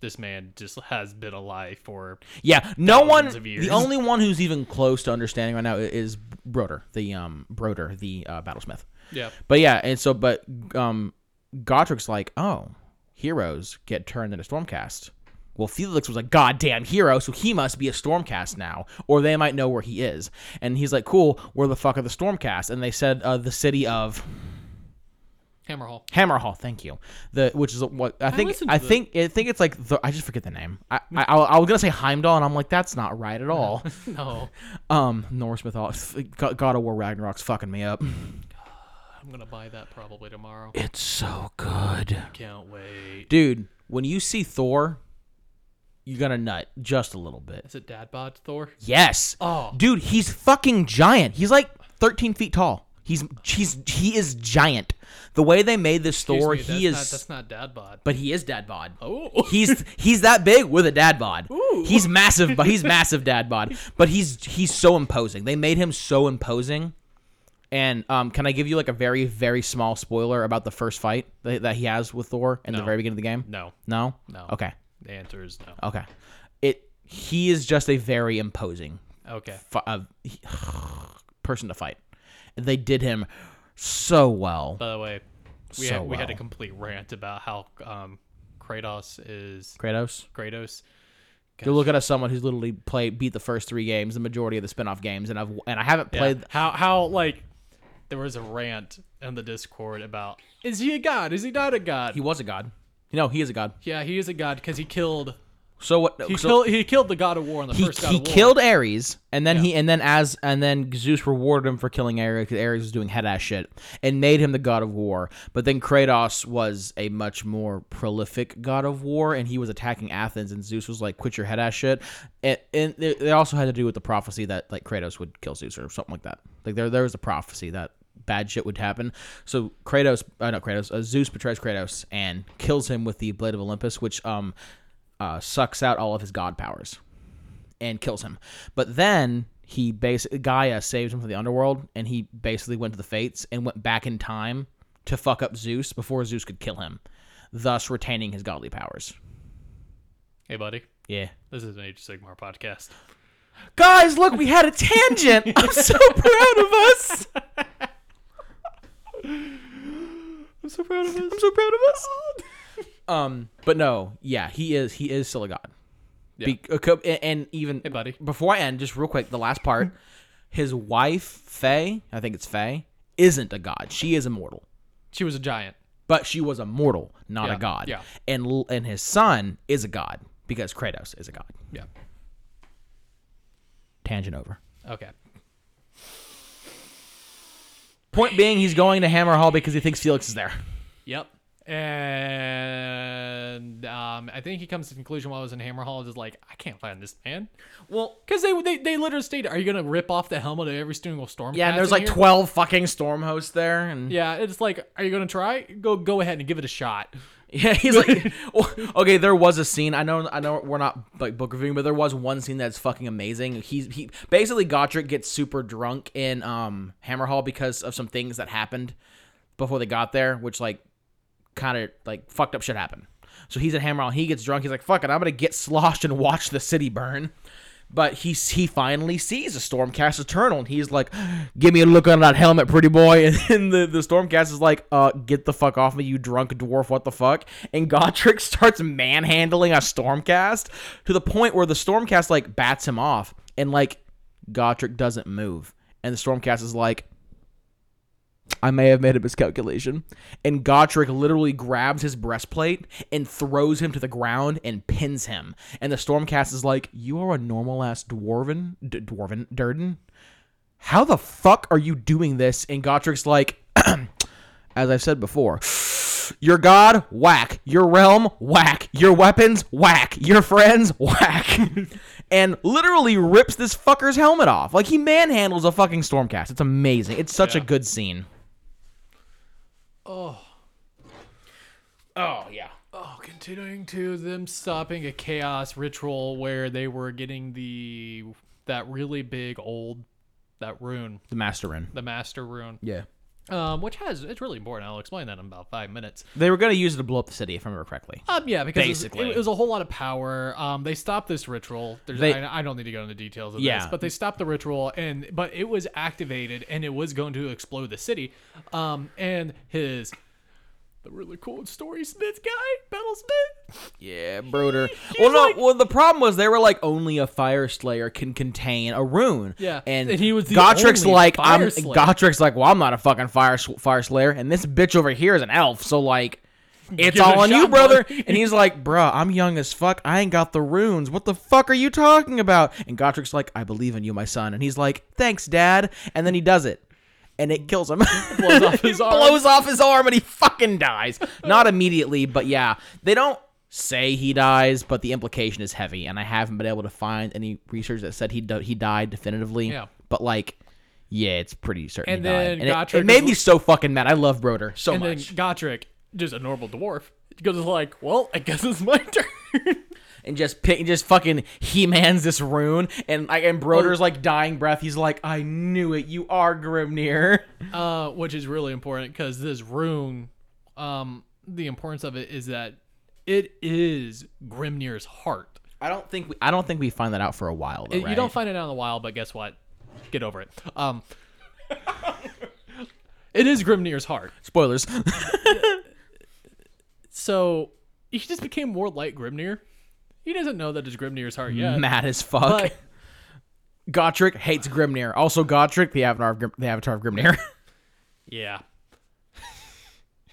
B: this man just has been alive for.
C: Yeah, no one.
B: of years. <laughs>
C: The only one who's even close to understanding right now i- is Broder, the um Broder, the uh, battlesmith.
B: Yeah.
C: But yeah, and so but um Gotrek's like, oh, heroes get turned into Stormcast. Well, Felix was a goddamn hero, so he must be a Stormcast now, or they might know where he is. And he's like, cool, where the fuck are the Stormcast? And they said uh, the city of
B: <laughs> Hammerhall.
C: Hammerhall. Thank you. The which is what I think.
B: listened to
C: I,
B: the-
C: think I think it's like the, I just forget the name. I, I I I was gonna say Heimdall, and I'm like, that's not right
B: <laughs>
C: at all.
B: No,
C: um, Norse mythology. God of War Ragnarok's fucking me up.
B: I'm gonna buy that probably tomorrow.
C: It's so good.
B: Can't wait.
C: dude when you see thor you got to nut just a little bit.
B: Is it dad bod Thor?
C: Yes.
B: Oh.
C: Dude, he's fucking giant. He's like 13 feet tall. He's he's he is giant. The way they made this Thor,
B: Excuse me,
C: he is
B: that's Not, that's not dad
C: <laughs>
B: bod.
C: but he is dad bod.
B: Oh.
C: He's he's that big with a dad bod. He's massive, but he's massive dad bod. But he's he's so imposing. They made him so imposing. And um, can I give you like a very very small spoiler about the first fight that, that he has with Thor in the
B: No.
C: very beginning of the game?
B: No.
C: No.
B: No.
C: Okay.
B: The answer is no.
C: Okay. It he is just a very imposing
B: Okay.
C: fi- uh, <sighs> he- person to fight. They did him so well.
B: By the way, we,
C: So
B: had, we had a
C: well.
B: complete rant about how um, Kratos is
C: Kratos.
B: Kratos.
C: You look at someone who's literally played beat the first three games, the majority of the spin-off games, and I've and I haven't
B: Yeah.
C: played.
B: how how like there was a rant in the Discord about is he a god? Is he not a god?
C: He was a god. No, he is a god.
B: yeah, he is a god because he killed
C: So what?
B: he
C: so
B: killed he killed the god of war in the
C: he,
B: first god
C: he
B: of war.
C: killed Ares, and then he and then as and then Zeus rewarded him for killing Ares because Ares was doing head ass shit and made him the god of war. But then Kratos was a much more prolific god of war, and he was attacking Athens, and Zeus was like, "Quit your head ass shit." And, and it it also had to do with the prophecy that like Kratos would kill Zeus or something like that. Like there there was a prophecy that bad shit would happen. So Kratos, uh, not Kratos, uh, Zeus betrays Kratos and kills him with the blade of Olympus, which um. Uh, sucks out all of his god powers and kills him. But then he basically Gaia saves him from the underworld, and he basically went to the Fates and went back in time to fuck up Zeus before Zeus could kill him, thus retaining his godly powers.
B: Hey buddy,
C: Yeah.
B: this is an Age of Sigmar podcast.
C: Guys, look, we had a tangent. <laughs> I'm so proud of us.
B: I'm so <laughs> proud of us.
C: I'm so proud of us. Um, but no, yeah, he is he is still a god. Be- okay, and- and even
B: Hey buddy,
C: before I end, just real quick, the last part. His wife, Faye, I think it's Faye, isn't a god. She is immortal.
B: she was a giant.
C: but she was a mortal, not
B: Yeah,
C: a god.
B: yeah.
C: And l- and his son is a god because Kratos is a god.
B: Yeah.
C: Tangent over.
B: Okay.
C: Point being, he's going to Hammer Hall because he thinks Felix is there.
B: Yep. And um, I think he comes to the conclusion while I was in Hammer Hall, just like I can't find this man.
C: Well,
B: Because they, they they literally stated, "Are you gonna rip off the helmet of every single storm?"
C: yeah, and
B: cast
C: there's
B: in
C: like
B: here?"
C: twelve fucking storm hosts there, and
B: Yeah, it's like, are you gonna try? Go go ahead and give it a shot.
C: <laughs> yeah, he's like, well, okay, there was a scene. I know, I know, we're not like book reviewing, but there was one scene that's fucking amazing. He's he basically Gotrek gets super drunk in um Hammer Hall because of some things that happened before they got there, which like kind of like fucked up shit happened. So he's at Hammer Hall. He gets drunk. He's like, "Fuck it, I'm gonna get sloshed and watch the city burn." But he he finally sees a Stormcast Eternal, and he's like, "Give me a look on that helmet, pretty boy." <laughs> And then the, the Stormcast is like, "Uh, get the fuck off me, you drunk dwarf! What the fuck?" And Gotrek <laughs> starts manhandling a Stormcast to the point where the Stormcast like bats him off, and like Gotrek doesn't move, and the Stormcast is like, I may have made a miscalculation. And Gotrek literally grabs his breastplate and throws him to the ground and pins him. And the Stormcast is like, You are a normal ass dwarven, d- dwarven, Durden. How the fuck are you doing this? And Gotrek's like, <clears throat> As I've said before, <sighs> your god, whack. Your realm, whack. Your weapons, whack. Your friends, <laughs> whack. and literally rips this fucker's helmet off. Like he manhandles a fucking Stormcast. It's amazing. It's such a good scene. Oh. Oh, yeah.
B: Oh, continuing to them stopping a chaos ritual where they were getting the that really big old that rune,
C: The Master Rune.
B: the master rune,
C: Yeah.
B: um, which has it's really important. I'll explain that in about five minutes.
C: They were going to use it to blow up the city, if I remember correctly.
B: Um, yeah, because it was-
C: Basically.
B: It, was, a whole lot of power. Um, they stopped this ritual. There's,
C: They-
B: I, I don't need to go into details of
C: Yeah.
B: this, but they stopped the ritual, and but it was activated, and it was going to explode the city. Um, and his the really cool story smith guy, Battlesmith.
C: Yeah, Broder. well, no. well, the problem was they were like only a fire slayer can contain a rune.
B: Yeah,
C: and,
B: and he was the
C: Gotrik's
B: only
C: like
B: fire
C: I'm.
B: slayer.
C: Gotrik's like, well, I'm not a fucking fire sl- fire slayer, and this bitch over here is an elf. So like,
B: Give
C: it's
B: it
C: all
B: a
C: on you,
B: shot, <laughs>
C: brother.
B: boy.
C: and he's like, bruh, I'm young as fuck. I ain't got the runes. What the fuck are you talking about? And Gotrik's like, I believe in you, my son. And he's like, thanks, dad. And then he does it. And it kills him.
B: <laughs>
C: <laughs>
B: Blows off <laughs> his
C: he
B: arm.
C: blows off his arm and he fucking dies. Not immediately, but yeah. They don't say he dies, but the implication is heavy, and I haven't been able to find any research that said he do- he died definitively.
B: Yeah.
C: But like, yeah, it's pretty certain.
B: And
C: he died.
B: then
C: And it- it,
B: Gotrek
C: made
B: is-
C: me so fucking mad. I love Broder so
B: and
C: much.
B: then Gotrek, just a normal dwarf, goes like, "Well, I guess it's my turn." <laughs>
C: and just pick, just fucking he mans this rune, and I and
B: Oh.
C: Broder's like dying breath. He's like, I knew it. You are Grimnir. <laughs>
B: uh, which is really important because this rune, um, the importance of it is that it is Grimnir's heart.
C: I don't think we, I don't think we find that out for a while. Though,
B: It-
C: right?
B: Uh, You don't find it out in the wild, but guess what? Get over it. Um, <laughs> it is Grimnir's heart.
C: spoilers. <laughs>
B: So he just became more like Grimnir. He doesn't know that it's Grimnir's heart yet.
C: Mad as fuck. <laughs>
B: But
C: Gotrek hates Grimnir. Also, Gotrek, the avatar of, Grim- the avatar of Grimnir. <laughs>
B: yeah. <laughs>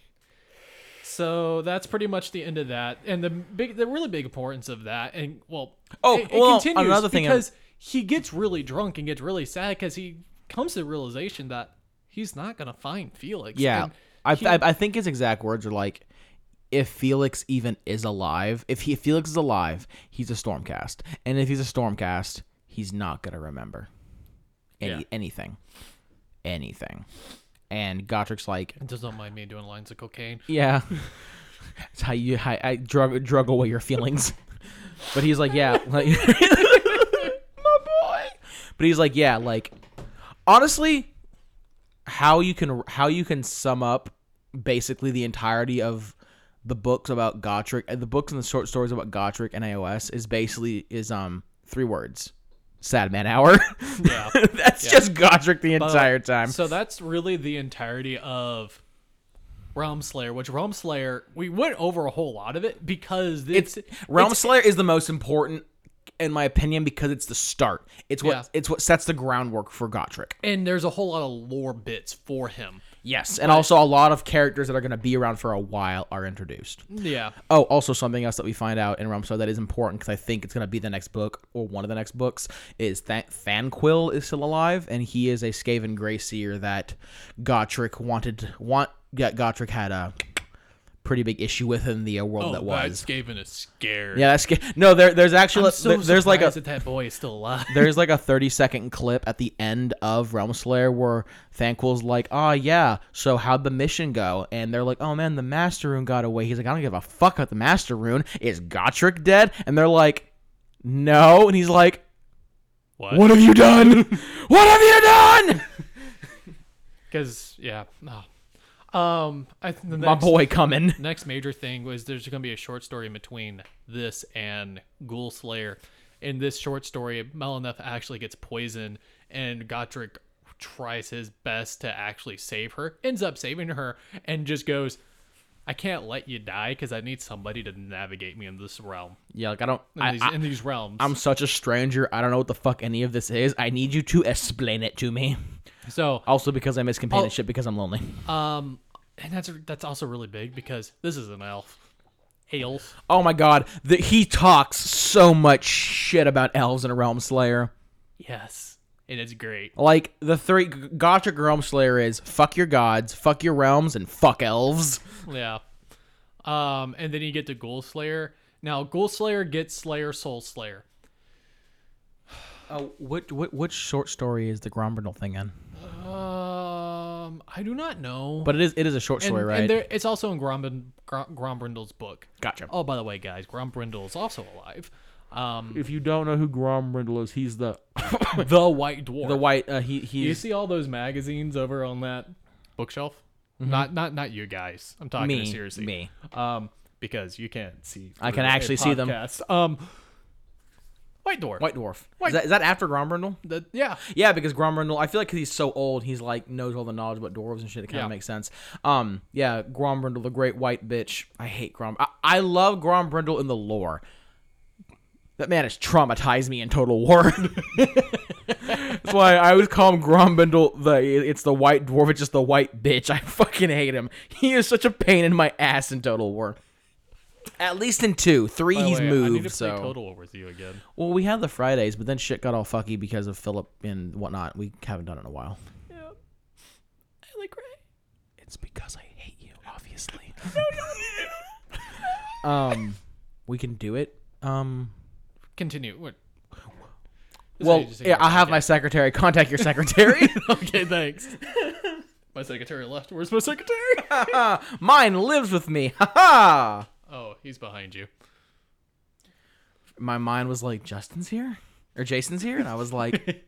B: So that's pretty much the end of that, and the big, the really big importance of that, and well,
C: Oh,
B: it, it
C: well,
B: continues
C: another thing-
B: because he gets really drunk and gets really sad because he comes to the realization that he's not gonna find Felix.
C: yeah,
B: and
C: I,
B: he-
C: I I think his exact words are like, if Felix even is alive, if he if Felix is alive, he's a Stormcast, and if he's a Stormcast, he's not gonna remember any
B: Yeah.
C: anything, anything. And Gotrek's like,
B: It doesn't mind me doing lines of cocaine.
C: yeah, that's how you how, I drug drug away your feelings. but he's like, yeah, <laughs> like my boy. But he's like, yeah, like honestly, how you can how you can sum up basically the entirety of the books about Gotrek, uh, the books and the short stories about Gotrek and AOS is basically is um three words: sad man hour.
B: Yeah.
C: <laughs> That's just Gotrek the
B: the way,
C: entire time.
B: So that's really the entirety of Realm Slayer, which Realm Slayer, we went over a whole lot of it because it's,
C: Realm
B: it's-
C: Slayer is the most important, in my opinion, because it's the start. It's what
B: Yeah.
C: it's what sets the groundwork for Gotrek.
B: and there's a whole lot of lore bits for him.
C: Yes, and also a lot of characters that are going to be around for a while are introduced. <laughs>
B: Yeah.
C: Oh, also something else that we find out in Realm Slayer that is important because I think it's going to be the next book or one of the next books is that Thanquil is still alive and he is a Skaven Greyseer that Gotrek wanted want that Gotrek had a pretty big issue with in the uh, world that was.
B: Skaven Oh, is scared.
C: Yeah, that's sca- no. There, there's actually
B: I'm so
C: there- there's like a
B: surprised that that boy is still alive.
C: there's like a 30 second clip at the end of Realm Slayer where Thanquil's like, oh, yeah, so how'd the mission go? And they're like, oh, man, the Master Rune got away. He's like, I don't give a fuck about the Master Rune. Is Gotrek dead? And they're like, no. And he's like,
B: What? <laughs>
C: what have you done? <laughs> what have you done?
B: Because yeah, oh. um, I th- the next,
C: My boy coming.
B: next major thing was there's going to be a short story in between this and Ghoul Slayer. In this short story, Melanoth actually gets poisoned, and Gotrek tries his best to actually save her, ends up saving her, and just goes, I can't let you die because I need somebody to navigate me in this realm,
C: Yeah, like, I don't.
B: in,
C: I,
B: these,
C: I,
B: in these realms.
C: I'm such a stranger. I don't know what the fuck any of this is. I need you to explain it to me.
B: so,
C: Also, because I miss companionship,
B: Oh.
C: because I'm lonely.
B: um, and that's that's also really big because this is an elf. Elf.
C: Oh my god, the, he talks so much shit about elves in Realm Slayer.
B: Yes. And it's great.
C: Like the three gotcha Realm Slayer is fuck your gods, fuck your realms, and fuck elves.
B: Yeah. Um, and then you get to Ghoul Slayer. Now, Ghoul Slayer gets Slayer Soul Slayer.
C: Oh, what, what which short story is the Grombernal thing in?
B: Um, I do not know.
C: But it is it is a short
B: and,
C: story,
B: and
C: right?
B: there, it's also in Grom, Grom, Brindle's book.
C: gotcha.
B: Oh, by the way, guys, Grom Brindle is also alive. Um,
D: If you don't know who Gromrindle is, he's the
B: <coughs> the White Dwarf.
C: The white uh, he
B: Do you
C: he's
B: see all those magazines over on that bookshelf? Not, not, not you guys. I'm talking
C: Mm-hmm. me
B: seriously.
C: me.
B: Um, because you can't see.
C: I
B: through
C: can
B: a
C: actually see them.
B: podcast. Um, White Dwarf.
C: White Dwarf.
B: White-
C: Is, that, is that after Grombernal?
B: The- yeah.
C: Yeah, because Gromrindle, I feel like 'cause he's so old, he's like knows all the knowledge about dwarves and shit. It kind of
B: Yeah.
C: makes sense. Um, yeah, Gromrindle, the great white bitch. I hate Grom. I, I love Gromrindle in the lore. That man has traumatized me in Total War. <laughs> That's why I always call him Grombindle. The it's the white dwarf. It's just the white bitch. I fucking hate him. He is such a pain in my ass in Total War. At least in two, three,
B: By the
C: he's
B: way,
C: moved.
B: Oh, I need to
C: so
B: play Total War with you again.
C: well, we had the Fridays, but then shit got all fucky because of Philip and whatnot. We haven't done it in a while. It's because I hate you, obviously. um, <laughs> we can do it. Um,
B: Continue. What?
C: well,
B: just-
C: yeah, I'll have my secretary contact your secretary.
B: <laughs> Okay, thanks. my secretary left. Where's my secretary?
C: <laughs> Mine lives with me. <laughs> Ha ha.
B: Oh, he's behind you.
C: My mind was like, Justin's here or Jason's here, and I was
B: <laughs>
C: like,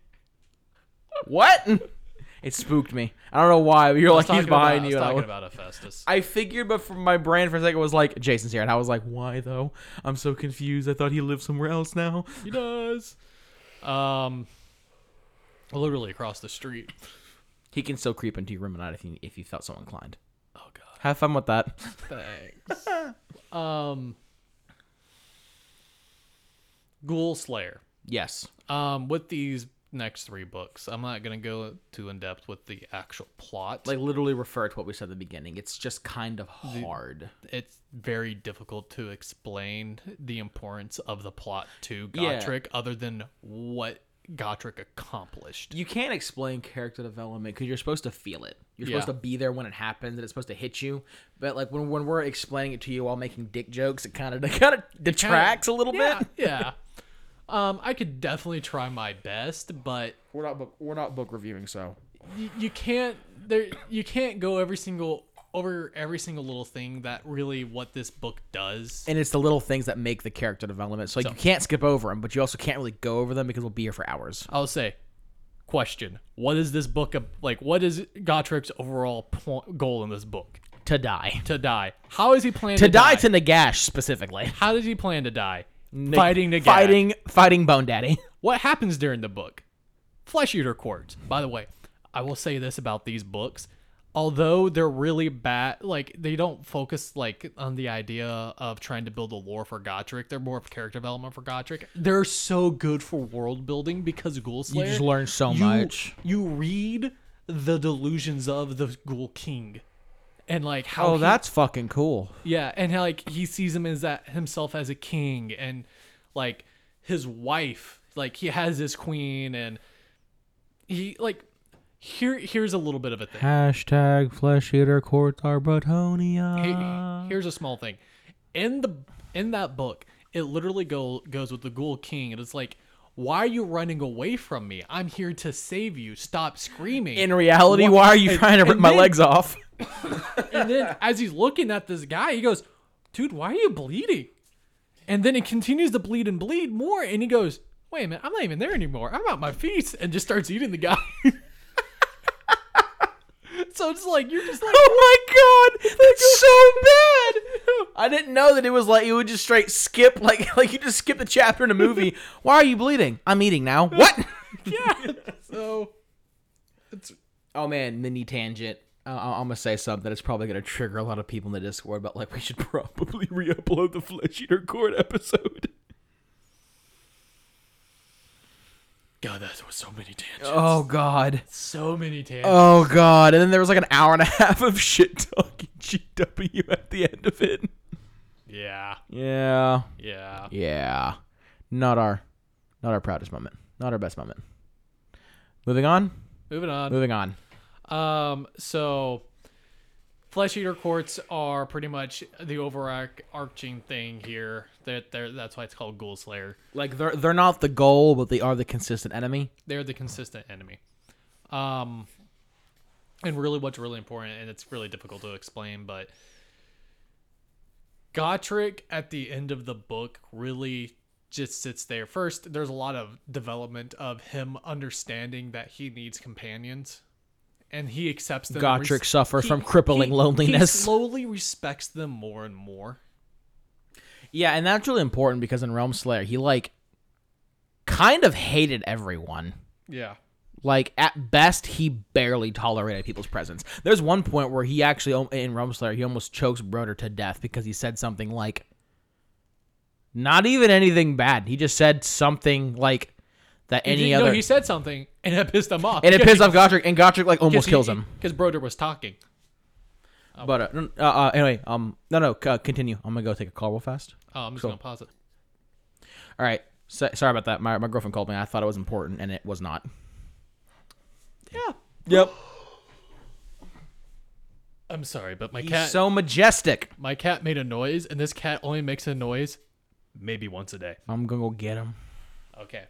C: what? <laughs> It spooked me. I don't know why. But you're like, he's
B: Talking
C: behind
B: about, I
C: you.
B: was
C: and I
B: talking
C: was-
B: about Hephaestus.
C: I figured, but from my brain for a second was like, Jason's here, and I was like, why though? I'm so confused. I thought he lived somewhere else now.
B: he does. Um, literally across the street.
C: He can still creep into your room at night if you if you felt so inclined.
B: Oh God.
C: Have fun with that. <laughs>
B: Thanks. <laughs> um, Ghoul Slayer.
C: yes.
B: Um, with these next three books, I'm not gonna go too in depth with the actual plot.
C: Like literally refer to what we said at the beginning. It's just kind of hard.
B: it's very difficult to explain the importance of the plot to
C: Yeah.
B: Gotrek other than what Gotrek accomplished.
C: You can't explain character development because you're supposed to feel it. You're
B: Yeah.
C: supposed to be there when it happens, and it's supposed to hit you. But like when, when we're explaining it to you while making dick jokes, <laughs> it kind of kind of detracts a little
B: Yeah,
C: bit.
B: yeah. <laughs> Um, I could definitely try my best, but
D: We're not book, we're not book reviewing, so
B: you, you can't there you can't go every single over every single little thing that really what this book does.
C: And it's the little things that make the character development. So like you can't skip over them, but you also can't really go over them because we'll be here for hours.
B: I'll say, question: What is this book ab- like? What is Gotrek's overall point, goal in this book?
C: To die,
B: To die. How is he planning
C: to, die, to Nagash specifically.
B: How does he plan to die? fighting Nagash.
C: fighting, fighting Bone <laughs> Daddy.
B: What happens during the book? Flesh eater cords. By the way, I will say this about these books. Although they're really bad, like they don't focus like on the idea of trying to build a lore for Gotrek. They're more of character development for Gotrek. They're so good for world building because Ghoul Slayer.
C: just learn so
B: you-
C: much.
B: You read the delusions of the Ghoul King, and like how
C: Oh,
B: he-
C: fucking cool.
B: yeah, and how, like he sees him as that himself as a king, and like his wife, like he has his queen, and he like here here's a little bit of a thing.
C: Hashtag flesh eater courts are
B: He-
C: Bretonia.
B: here's a small thing in the in that book it literally go, goes with the ghoul king and it's like why are you running away from me i'm here to save you stop screaming
C: In reality, why are you trying to rip
B: and
C: my
B: then-
C: legs off?
B: and then as he's looking at this guy he goes dude why are you bleeding and then it continues to bleed and bleed more and he goes wait a minute i'm not even there anymore i'm at my feast and just starts eating the guy <laughs> so it's like you're <laughs> just like
C: <laughs> Oh my god, that's so bad. <laughs> I didn't know that it was like you would just straight skip, like <laughs> like you just skip the chapter in a movie. <laughs> Why are you bleeding? I'm eating <laughs> now. What?
B: yeah so
C: oh man, mini tangent. Uh, I'm gonna say something that's probably gonna trigger a lot of people in the Discord, but like we should <laughs> probably re-upload the Flesh Eater Court episode.
B: god that was so many tangents
C: Oh god.
B: so many tangents
C: Oh god. And then there was like an hour and a <laughs> half of shit talking <laughs> GW at the end of it.
B: Yeah,
C: Yeah.
B: yeah.
C: Yeah. Not our not our proudest moment. Not our best moment. Moving on.
B: Moving on.
C: Moving on.
B: Um, so flesh eater courts are pretty much the overarching thing here. That they're, that's why it's called Ghoul Slayer.
C: Like they're they're not the goal, but they are the consistent enemy.
B: They're the consistent enemy. Um, and really, what's really important, and it's really difficult to explain, but Gotrek at the end of the book really just sits there. First, there's a lot of development of him understanding that he needs companions, and he accepts them. and
C: Gotrek suffers from crippling loneliness.
B: He slowly respects them more and more.
C: Yeah, and that's really important because in Realm Slayer, he like kind of hated everyone.
B: Yeah.
C: Like at best, he barely tolerated people's presence. There's one point where he actually al- in Realm Slayer, he almost chokes Broder to death because he said something like, "Not even anything bad." He just said something like that any
B: you
C: other,
B: know, he said something, and it pissed him off.
C: and it pissed off Gotrek, and Gotrek like almost kills him.
B: because Broder was talking. Oh.
C: But uh, no- uh, uh, anyway, um, no, no, c- uh, continue. I'm gonna go take a call real fast.
B: Oh, I'm just gonna pause it.
C: All right, so, sorry about that. My my girlfriend called me. I thought it was important, and it was not.
B: Yeah.
C: Yep.
B: I'm sorry, but my
C: He's
B: cat
C: so majestic.
B: my cat made a noise and this cat only makes a noise maybe once a day.
C: I'm gonna go get him.
B: Okay.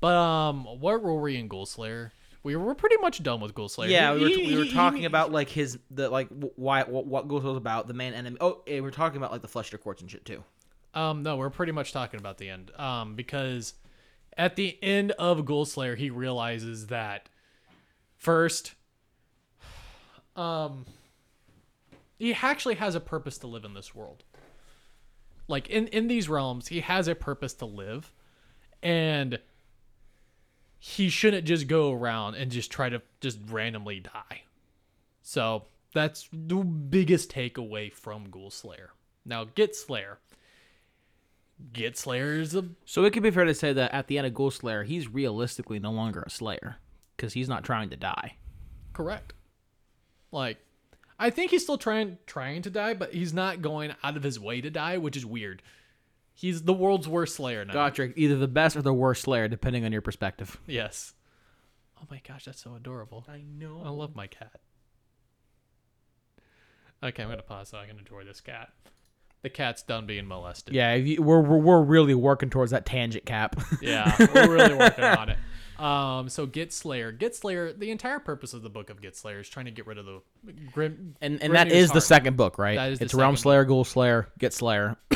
B: But um, where were we in Ghoul Slayer? We were pretty much done with Ghoul Slayer.
C: Yeah, we were,
B: He-
C: we were
B: he-
C: talking
B: he-
C: about like his the like wh- why what, what Ghoul was about the main enemy. Oh, yeah, we we're talking about like the flesh eater quartz and shit too.
B: Um, no, we're pretty much talking about the end. Um, because at the end of Ghoul Slayer, he realizes that first, um, he actually has a purpose to live in this world. Like in in these realms, he has a purpose to live, and he shouldn't just go around and just try to just randomly die. So that's the biggest takeaway from Ghoul Slayer. Now, Get Slayer. Get Slayer is a
C: So it could be fair to say that at the end of Ghoul Slayer, he's realistically no longer a Slayer because he's not trying to die.
B: correct. Like, I think he's still trying trying to die, but he's not going out of his way to die, which is weird. He's the world's worst Slayer now.
C: Gotrek, either the best or the worst Slayer, depending on your perspective.
B: Yes. Oh my gosh, that's so adorable.
C: I know.
B: I love my cat. Okay, I'm gonna pause so I can enjoy this cat. The cat's done being molested.
C: Yeah, if you, we're, we're we're really working towards that tangent cap.
B: Yeah, we're really working on it. Um, so Get Slayer, Get Slayer. The entire purpose of the book of Get Slayer is trying to get rid of the grim,
C: <laughs> and
B: Grim
C: and that
B: Reaper's
C: is the
B: heart.
C: second book, right?
B: That is the
C: it's Realm
B: second
C: Slayer, Ghoul Slayer, Get Slayer, <clears throat>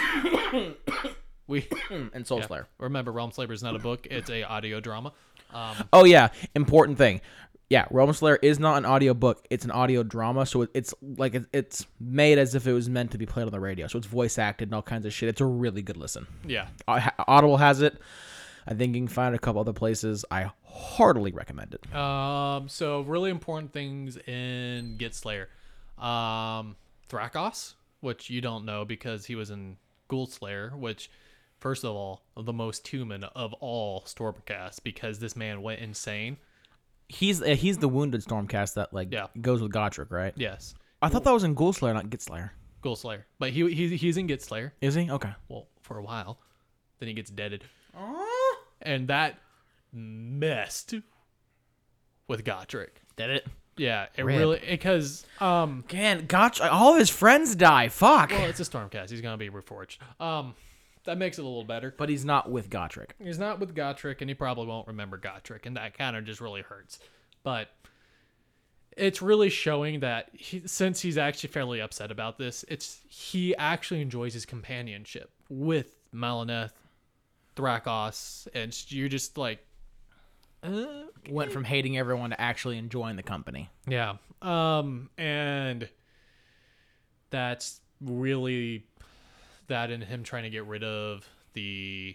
B: We
C: and Soul Slayer.
B: remember, Realm Slayer is not a book; it's a audio drama. Um,
C: Oh yeah, important thing. Yeah, Realm Slayer is not an audio book; it's an audio drama. So it- it's like it- it's made as if it was meant to be played on the radio. So it's voice acted and all kinds of shit. It's a really good listen.
B: yeah,
C: Au- ha- Audible has it. I think you can find it a couple other places. I heartily recommend it.
B: Um, so really important things in Get Slayer. Um, Thrakos, which you don't know because he was in Ghoul Slayer, which first of all, the most human of all Stormcast because this man went insane.
C: He's uh, he's the wounded Stormcast that like
B: Yeah.
C: goes with Gotrek, right?
B: Yes,
C: I thought that was in Ghoul Slayer, not Get Slayer.
B: Ghoul Slayer, but he, he he's in Get Slayer.
C: Is he? Okay.
B: Well, for a while, then he gets deaded, and that messed with Gotrek.
C: Did it?
B: Yeah, it
C: Rip.
B: really because um
C: Man, Gotrek, all of his friends die. Fuck.
B: Well, it's a Stormcast. He's gonna be reforged. Um, that makes it a little better.
C: but he's not with Gotrek.
B: He's not with Gotrek, and he probably won't remember Gotrek, and that kind of just really hurts. But it's really showing that he, since he's actually fairly upset about this, it's he actually enjoys his companionship with Malineth, Thrakos, and you're just like, uh,
C: Went from hating everyone to actually enjoying the company.
B: yeah. Um and that's really that and him trying to get rid of the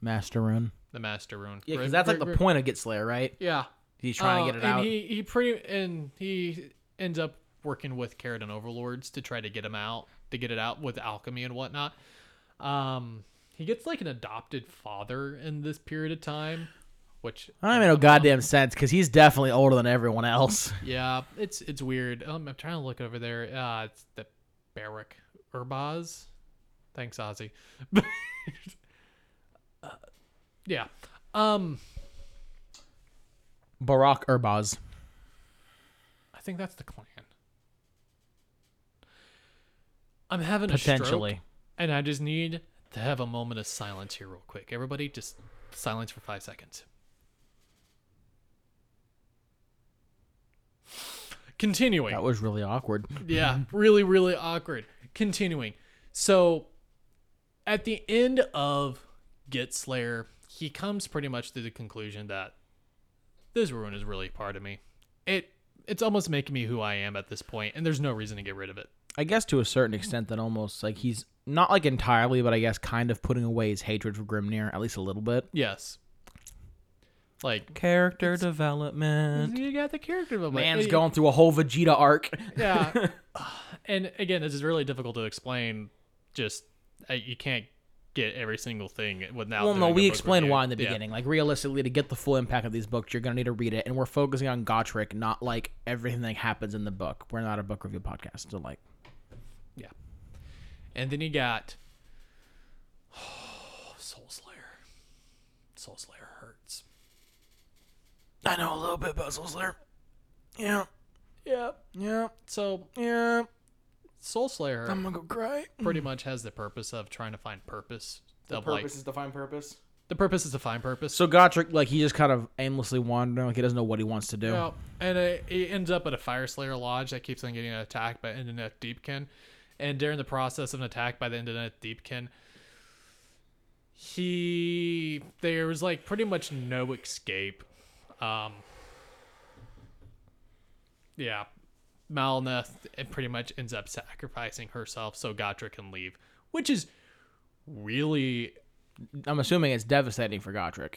C: Master Rune.
B: the master rune.
C: Yeah, because that's like the point of Get Slayer, right?
B: Yeah.
C: He's trying
B: Uh,
C: to get it
B: and
C: out.
B: he he pretty and he ends up working with Carradine overlords to try to get him out to get it out with alchemy and whatnot. Um he gets like an adopted father in this period of time, which
C: I don't make no goddamn sense because he's definitely older than everyone else. <laughs>
B: Yeah, it's it's weird. Um, I'm trying to look over there. Uh, it's the Barrack Urbaz. Thanks, Ozzy. <laughs> Uh, yeah. Um,
C: Barack Urbaz.
B: I think that's the clan. I'm having a
C: Potentially.
B: stroke, and I just need to have a moment of silence here, real quick. Everybody, just silence for five seconds. Continuing.
C: That was really awkward.
B: Yeah,
C: Mm-hmm.
B: really, really awkward. Continuing. So at the end of Get Slayer, he comes pretty much to the conclusion that this ruin is really a part of me. It it's almost making me who I am at this point, and there's no reason to get rid of it.
C: I guess to a certain extent that almost like he's not like entirely, but I guess kind of putting away his hatred for Grimnir at least a little bit.
B: Yes. Like
C: Character development.
B: you got the character of a
C: Man's
B: Hey,
C: going through a whole Vegeta arc. <laughs>
B: Yeah. <laughs> and again, this is really difficult to explain. Just uh, you can't get every single thing without.
C: Well, no,
B: doing a
C: we
B: book
C: explained
B: review.
C: why in the
B: Yeah.
C: beginning. Like realistically, to get the full impact of these books, you're gonna need to read it, and we're focusing on Gotrek, not like everything that happens in the book. We're not a book review podcast, so like
B: Yeah. And then you got <sighs> Soul Slayer. Soul Slayer hurts.
C: I know a little bit about Soul Slayer. Yeah,
B: Yeah.
C: yeah,
B: So
C: yeah.
B: Soul Slayer
C: gonna go cry.
B: pretty much has the purpose of trying to find purpose of
C: hmm. Purpose
B: like
C: is defined purpose.
B: the purpose is to find purpose.
C: So Gotrek, like he just kind of aimlessly wandering, like he doesn't know what he wants to do.
B: Yeah, and it, it ends up at a fire slayer lodge that keeps on getting attacked by Indonet Deepkin. And during the process of an attack by the Indonet Deepkin, he there was like pretty much no escape. Um, yeah, Malneth it pretty much ends up sacrificing herself so Gotrek can leave, which is really
C: I'm assuming it's devastating for Gotrek.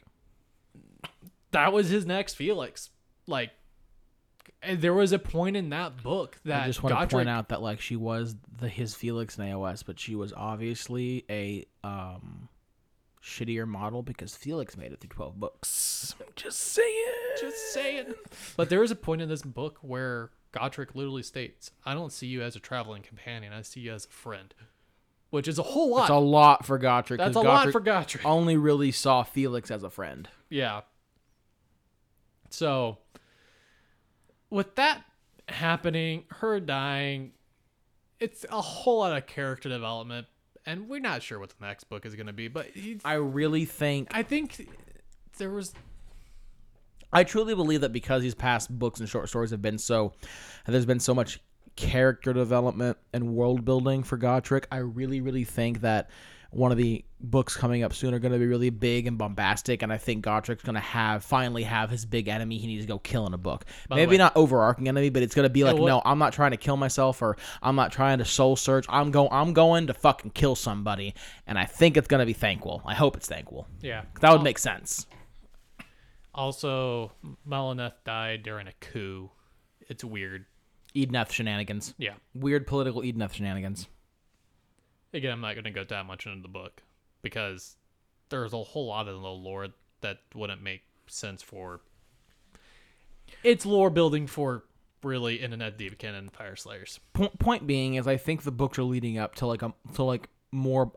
B: that was his next Felix. Like, and there was a point in that book that
C: I just want
B: Godric,
C: to point out that like she was the his Felix in AOS, but she was obviously a um shittier model because Felix made it through twelve books. I'm just saying.
B: <laughs> Just saying. But there is a point in this book where Godric literally states, "I don't see you as a traveling companion. I see you as a friend," which is a whole lot.
C: It's a lot for Gotrek.
B: That's
C: 'cause
B: a lot
C: Gotrek
B: for Godric.
C: Only really saw Felix as a friend.
B: Yeah. So, with that happening, her dying, it's a whole lot of character development, and we're not sure what the next book is going to be. But he,
C: I really think
B: I think there was
C: I truly believe that because these past books and short stories have been so, there's been so much character development and world building for Gotrek. I really, really think that one of the books coming up soon are going to be really big and bombastic, and I think Gotrek's going to have finally have his big enemy he needs to go kill in a book.
B: the
C: Maybe
B: way-
C: not overarching enemy, but it's going to be like,
B: what-
C: no, I'm not trying to kill myself, or I'm not trying to soul search. I'm going, I'm going to fucking kill somebody, and I think it's going to be thankful. I hope it's thankful.
B: yeah.
C: That would make sense.
B: Also, Malineth died during a coup. It's weird.
C: Edeneth shenanigans.
B: Yeah.
C: weird political Edeneth shenanigans.
B: Again, I'm not going to go that much into the book because there's a whole lot of the lore that wouldn't make sense for. It's lore building for really Internet Deepkin and Fire Slayers.
C: Point, point being is, I think the books are leading up to like a, to like more,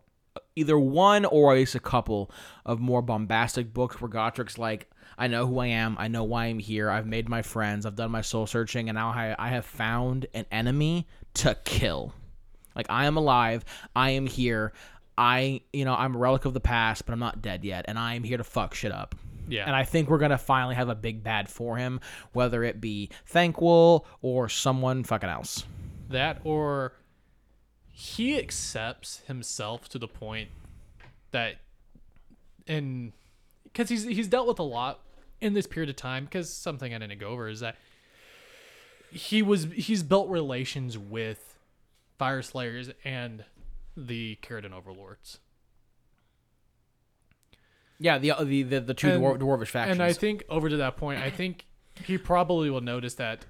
C: either one or at least a couple of more bombastic books where Gotrik's like, I know who I am, I know why I'm here, I've made my friends, I've done my soul searching, and now I, I have found an enemy to kill. Like I am alive, I am here, I you know I'm a relic of the past, but I'm not dead yet, and I am here to fuck shit up.
B: Yeah.
C: And I think we're gonna finally have a big bad for him, whether it be Thankwell or someone fucking else.
B: That or he accepts himself to the point that and because he's he's dealt with a lot in this period of time because something I didn't go over is that he was he's built relations with fire slayers and the Keratin overlords
C: Yeah, the uh, the the, the two
B: And-
C: dwar- dwarvish factions.
B: and I think over to that point I think he probably will notice that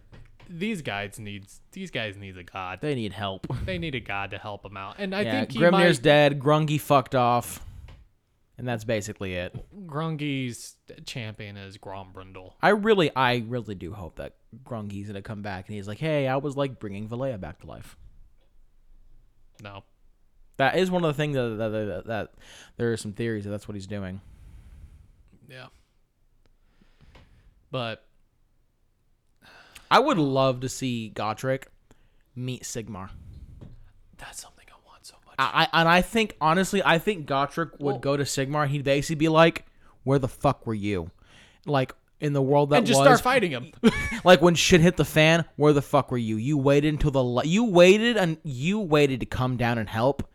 B: these guys needs these guys need a god
C: they need help.
B: they need a god to help them out and I
C: yeah,
B: think he
C: Grimnir's
B: might,
C: dead. Grungy fucked off, and that's basically it.
B: Grungy's champion is Grombrindle.
C: I really, I really do hope that Grungy's gonna come back and he's like, "Hey, I was like bringing Valea back to life."
B: No.
C: That is one of the things that that, that, that there are some theories that that's what he's doing.
B: Yeah. But
C: I would love to see Gotrek meet Sigmar.
B: that's something I want so much.
C: I, I and I think honestly, I think Gotrek would
B: Well-
C: go to Sigmar. and He'd basically be like, "Where the fuck were you?" Like in the world that
B: and just
C: was,
B: start fighting
C: <laughs>
B: him.
C: like when shit hit the fan, where the fuck were you? You waited until the li- you waited and you waited to come down and help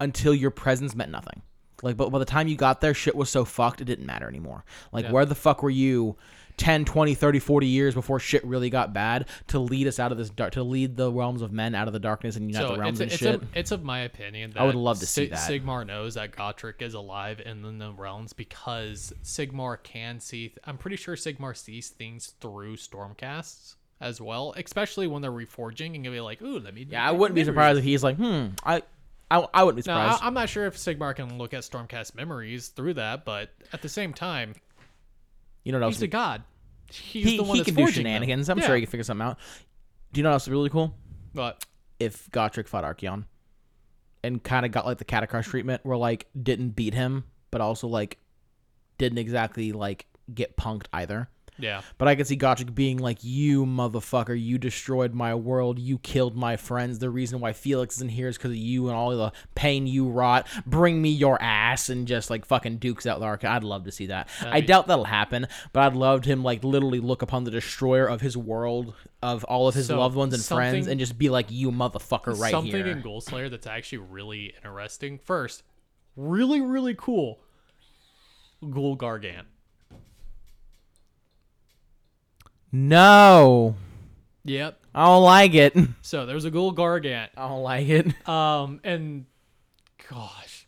C: until your presence meant nothing. Like, but by the time you got there, shit was so fucked it didn't matter anymore. Like, where the fuck were you 10, 20, 30, 40 years before shit really got bad to lead us out of this dark, to lead the realms of men out of the darkness and unite
B: so
C: the
B: it's,
C: realms and
B: it's,
C: shit?
B: of- it's of my opinion that
C: I would love to see that.
B: Sigmar knows that Gotrek is alive in the- in the realms because Sigmar can see. Th- I'm pretty sure Sigmar sees things through stormcasts as well, especially when they're reforging and gonna be like, "Ooh, let me."
C: yeah, I wouldn't be surprised if he's like, hmm, I, I, I wouldn't be
B: Now, I,
C: surprised.
B: I'm not sure if Sigmar can look at stormcast memories through that, but at the same time,
C: you know what else?
B: he's a
C: would be-
B: god. He's
C: He,
B: the one
C: he
B: that's
C: can do
B: forging them.
C: shenanigans. I'm
B: Yeah,
C: sure he can figure something out. Do you know what else would be really cool?
B: But
C: if Gotrek fought Archeon and kind of got like the Catacross treatment where like didn't beat him, but also like didn't exactly like get punked either.
B: Yeah.
C: But I could see Gotrek being like, "You motherfucker! You destroyed my world. You killed my friends. The reason why Felix isn't here is because of you and all the pain you wrought. Bring me your ass!" And just like fucking dukes out the arc. I'd love to see that. I doubt that'll happen, but I'd love him like literally look upon the destroyer of his world, of all of his
B: So,
C: loved ones and friends,
B: something-
C: and just be like, "You motherfucker!" Right
B: something
C: here.
B: in Ghoul Slayer that's actually really interesting. First, really, really cool. Ghoul Gargant.
C: no,
B: Yep.
C: I don't like it. <laughs>
B: So there's a Ghoul Gargant.
C: I don't like it.
B: Um, and gosh,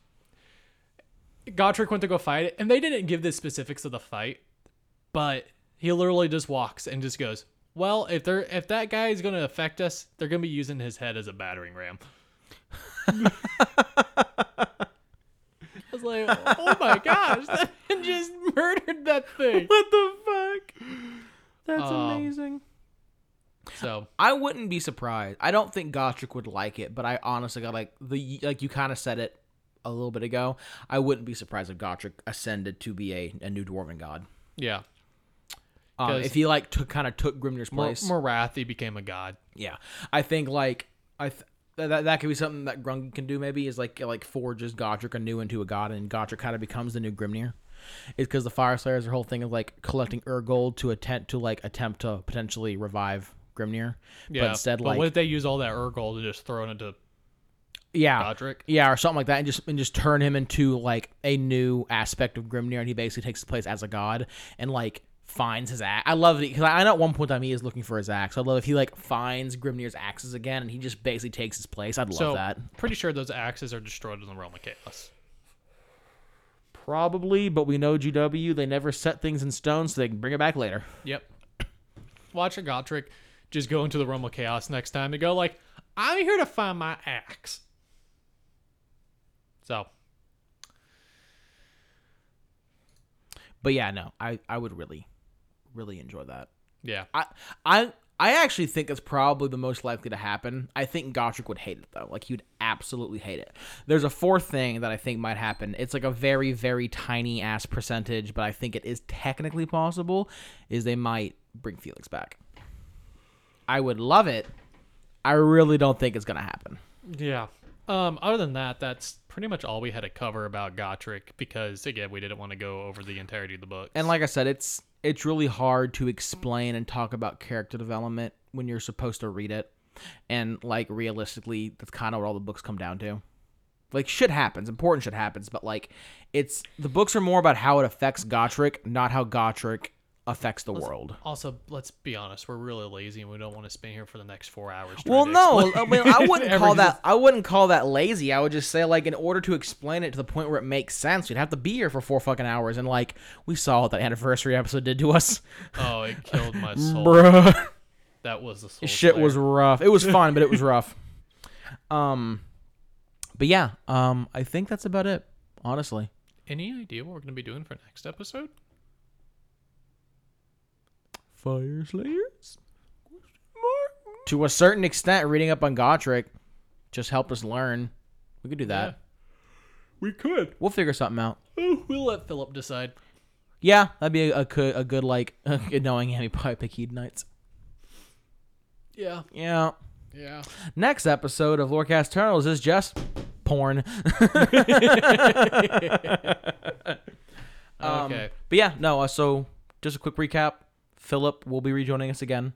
B: Gotrek went to go fight it, and they didn't give the specifics of the fight, but he literally just walks and just goes, "Well, if they're if that guy is gonna affect us, they're gonna be using his head as a battering ram." I was like, "Oh my gosh, <laughs> that man just murdered that thing!"
C: what the fuck? That's
B: Um,
C: amazing.
B: So
C: I wouldn't be surprised. I don't think Gotrek would like it, but I honestly got like the like you kind of said it a little bit ago. I wouldn't be surprised if Gotrek ascended to be a, a new dwarven god.
B: yeah,
C: Um,
B: 'Cause-
C: if he like took kind of took Grimnir's
B: Mor-
C: place,
B: Morathi became a god.
C: yeah, I think like I th- that- that that could be something that Grung can do. Maybe is like like forges Gotrek anew into a god, and Gotrek kind of becomes the new Grimnir. It's because the Fire Slayers, their whole thing of like collecting Urgold to attempt to like attempt to potentially revive Grimnir,
B: Yeah,
C: but instead like
B: what if they use all that Urgol to just throw it into
C: yeah,
B: Godric?
C: Yeah, or something like that, and just and just turn him into like a new aspect of Grimnir, and he basically takes his place as a god and like finds his axe. I love it because I know at one point in time he is looking for his axe. I love if he like finds Grimnir's axes again, and he just basically takes his place. I'd love
B: so
C: that.
B: pretty sure those axes are destroyed in the realm of chaos.
C: Probably, but we know GW they never set things in stone, so they can bring it back later.
B: Yep. <coughs> Watch a Gotrek just go into the realm of chaos next time and go like, "I'm here to find my axe." So
C: But yeah, no, I I would really, really enjoy that.
B: yeah,
C: I I I actually think it's probably the most likely to happen. I think Gotrek would hate it though. Like he'd absolutely hate it. There's a fourth thing that I think might happen. It's like a very very tiny ass percentage, but I think it is technically possible is they might bring Felix back. I would love it. I really don't think it's going to happen.
B: yeah. Um, other than that, that's pretty much all we had to cover about Gotrek because again, we didn't want to go over the entirety of the book.
C: And like I said, it's it's really hard to explain and talk about character development when you're supposed to read it. And like realistically, that's kind of what all the books come down to. Like shit happens, important shit happens, but like it's the books are more about how it affects Gotrek, not how Gotrek affects the world.
B: also, let's be honest, we're really lazy and we don't want to spend here for the next four hours. trying
C: Well,
B: to
C: no,
B: explain-
C: I mean <laughs> I wouldn't call
B: Everything-
C: that I wouldn't call that lazy. I would just say like in order to explain it to the point where it makes sense, we'd have to be here for four fucking hours. And like we saw what that anniversary episode did to us,
B: Oh, it killed
C: <laughs>
B: my soul.
C: bruh.
B: That was the soul
C: shit was
B: flare.
C: rough. It was fun, but it was rough. Um, but yeah, um, I think that's about it. Honestly,
B: Any idea what we're gonna be doing for next episode?
C: fire slayers. To a certain extent, reading up on Gotrek just helped us learn. We could do that.
B: We could.
C: We'll figure something out.
B: we'll let Philip decide.
C: Yeah, that'd be a, a, coo- a good like <laughs> knowing how many probably pick Hedonites.
B: Yeah.
C: Yeah.
B: Yeah.
C: Next episode of Lorecast Turtles is just porn. <laughs>
B: okay.
C: But yeah, no. Uh, so just a quick recap. Philip will be rejoining us again.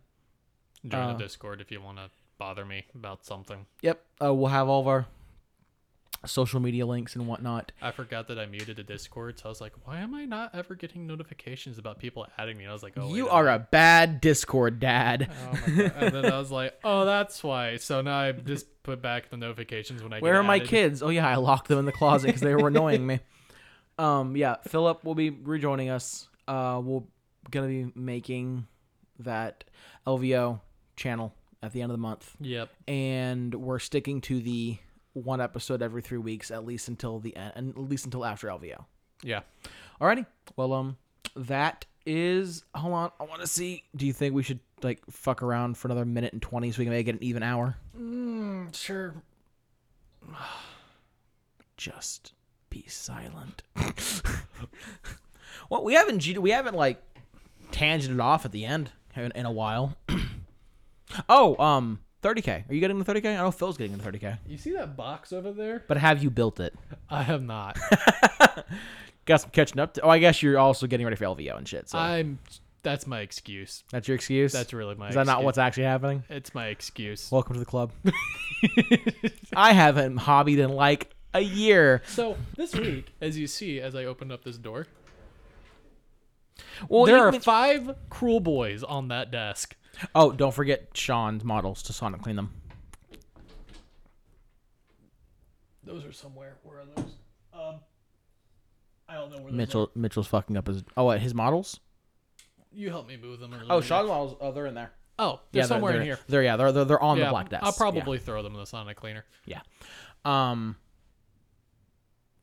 B: Join
C: uh,
B: the Discord if you want to bother me about something.
C: Yep. Uh, we'll have all of our social media links and whatnot.
B: I forgot that I muted the Discord, so I was like, why am I not ever getting notifications about people adding me? And I was like, oh,
C: you
B: wait,
C: are a bad Discord dad.
B: Oh my God. and then I was like, <laughs> oh, that's why. So now I just put back the notifications when I
C: Where
B: get
C: are my
B: added.
C: kids? Oh yeah, I locked them in the closet because
B: <laughs>
C: they were annoying me. Um, yeah, Philip will be rejoining us. Uh, we're gonna be making that LVO channel at the end of the month.
B: Yep.
C: and we're sticking to the one episode every three weeks at least until the end, and at least until after LVO.
B: Yeah.
C: Alrighty. Well, um, that is. Hold on, I want to see. Do you think we should like fuck around for another minute and twenty so we can make it an even hour?
B: Sure.
C: Just <laughs> be silent. well, we haven't. G- We haven't like tangented off at the end in, in a while. <clears throat> oh, um, 30k. Are you getting the 30k? I know Phil's getting the 30k.
B: You see that box over there?
C: But have you built it?
B: I have <laughs> not.
C: Got some catching up. To, oh, I guess you're also getting ready for LVO and shit. So
B: I'm. That's my excuse.
C: that's your excuse.
B: That's really my.
C: Is that not
B: excuse.
C: what's actually happening?
B: It's my excuse.
C: Welcome to
B: <laughs>
C: the club. I haven't hobbied in like a year.
B: So this week, as you see, as I opened up this door,
C: Well,
B: there
C: you
B: are
C: can-
B: five cruel boys on that desk.
C: oh, don't forget Sean's models to sonic clean them.
B: Those are somewhere. Where are those? Um, I don't know where. Those
C: Mitchell Mitchell's fucking up his oh what, his models.
B: are. You help me move them.
C: Oh, Sean's models. Oh, they're in there.
B: Oh, they're somewhere
C: they're,
B: in here.
C: They're yeah, they're they're, they're on
B: yeah,
C: the black desk.
B: I'll
C: Yeah.
B: probably throw them in the sonic cleaner.
C: Yeah. Um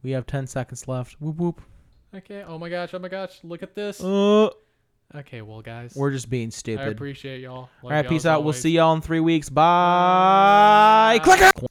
C: we have 10 seconds left. Whoop whoop.
B: Okay. Oh my gosh. Oh my gosh. Look at this.
C: Uh,
B: Okay. Well, guys,
C: we're just being
B: I
C: stupid.
B: appreciate y'all.
C: All right, peace out. We'll see y'all in 3 weeks. Bye. Clicker.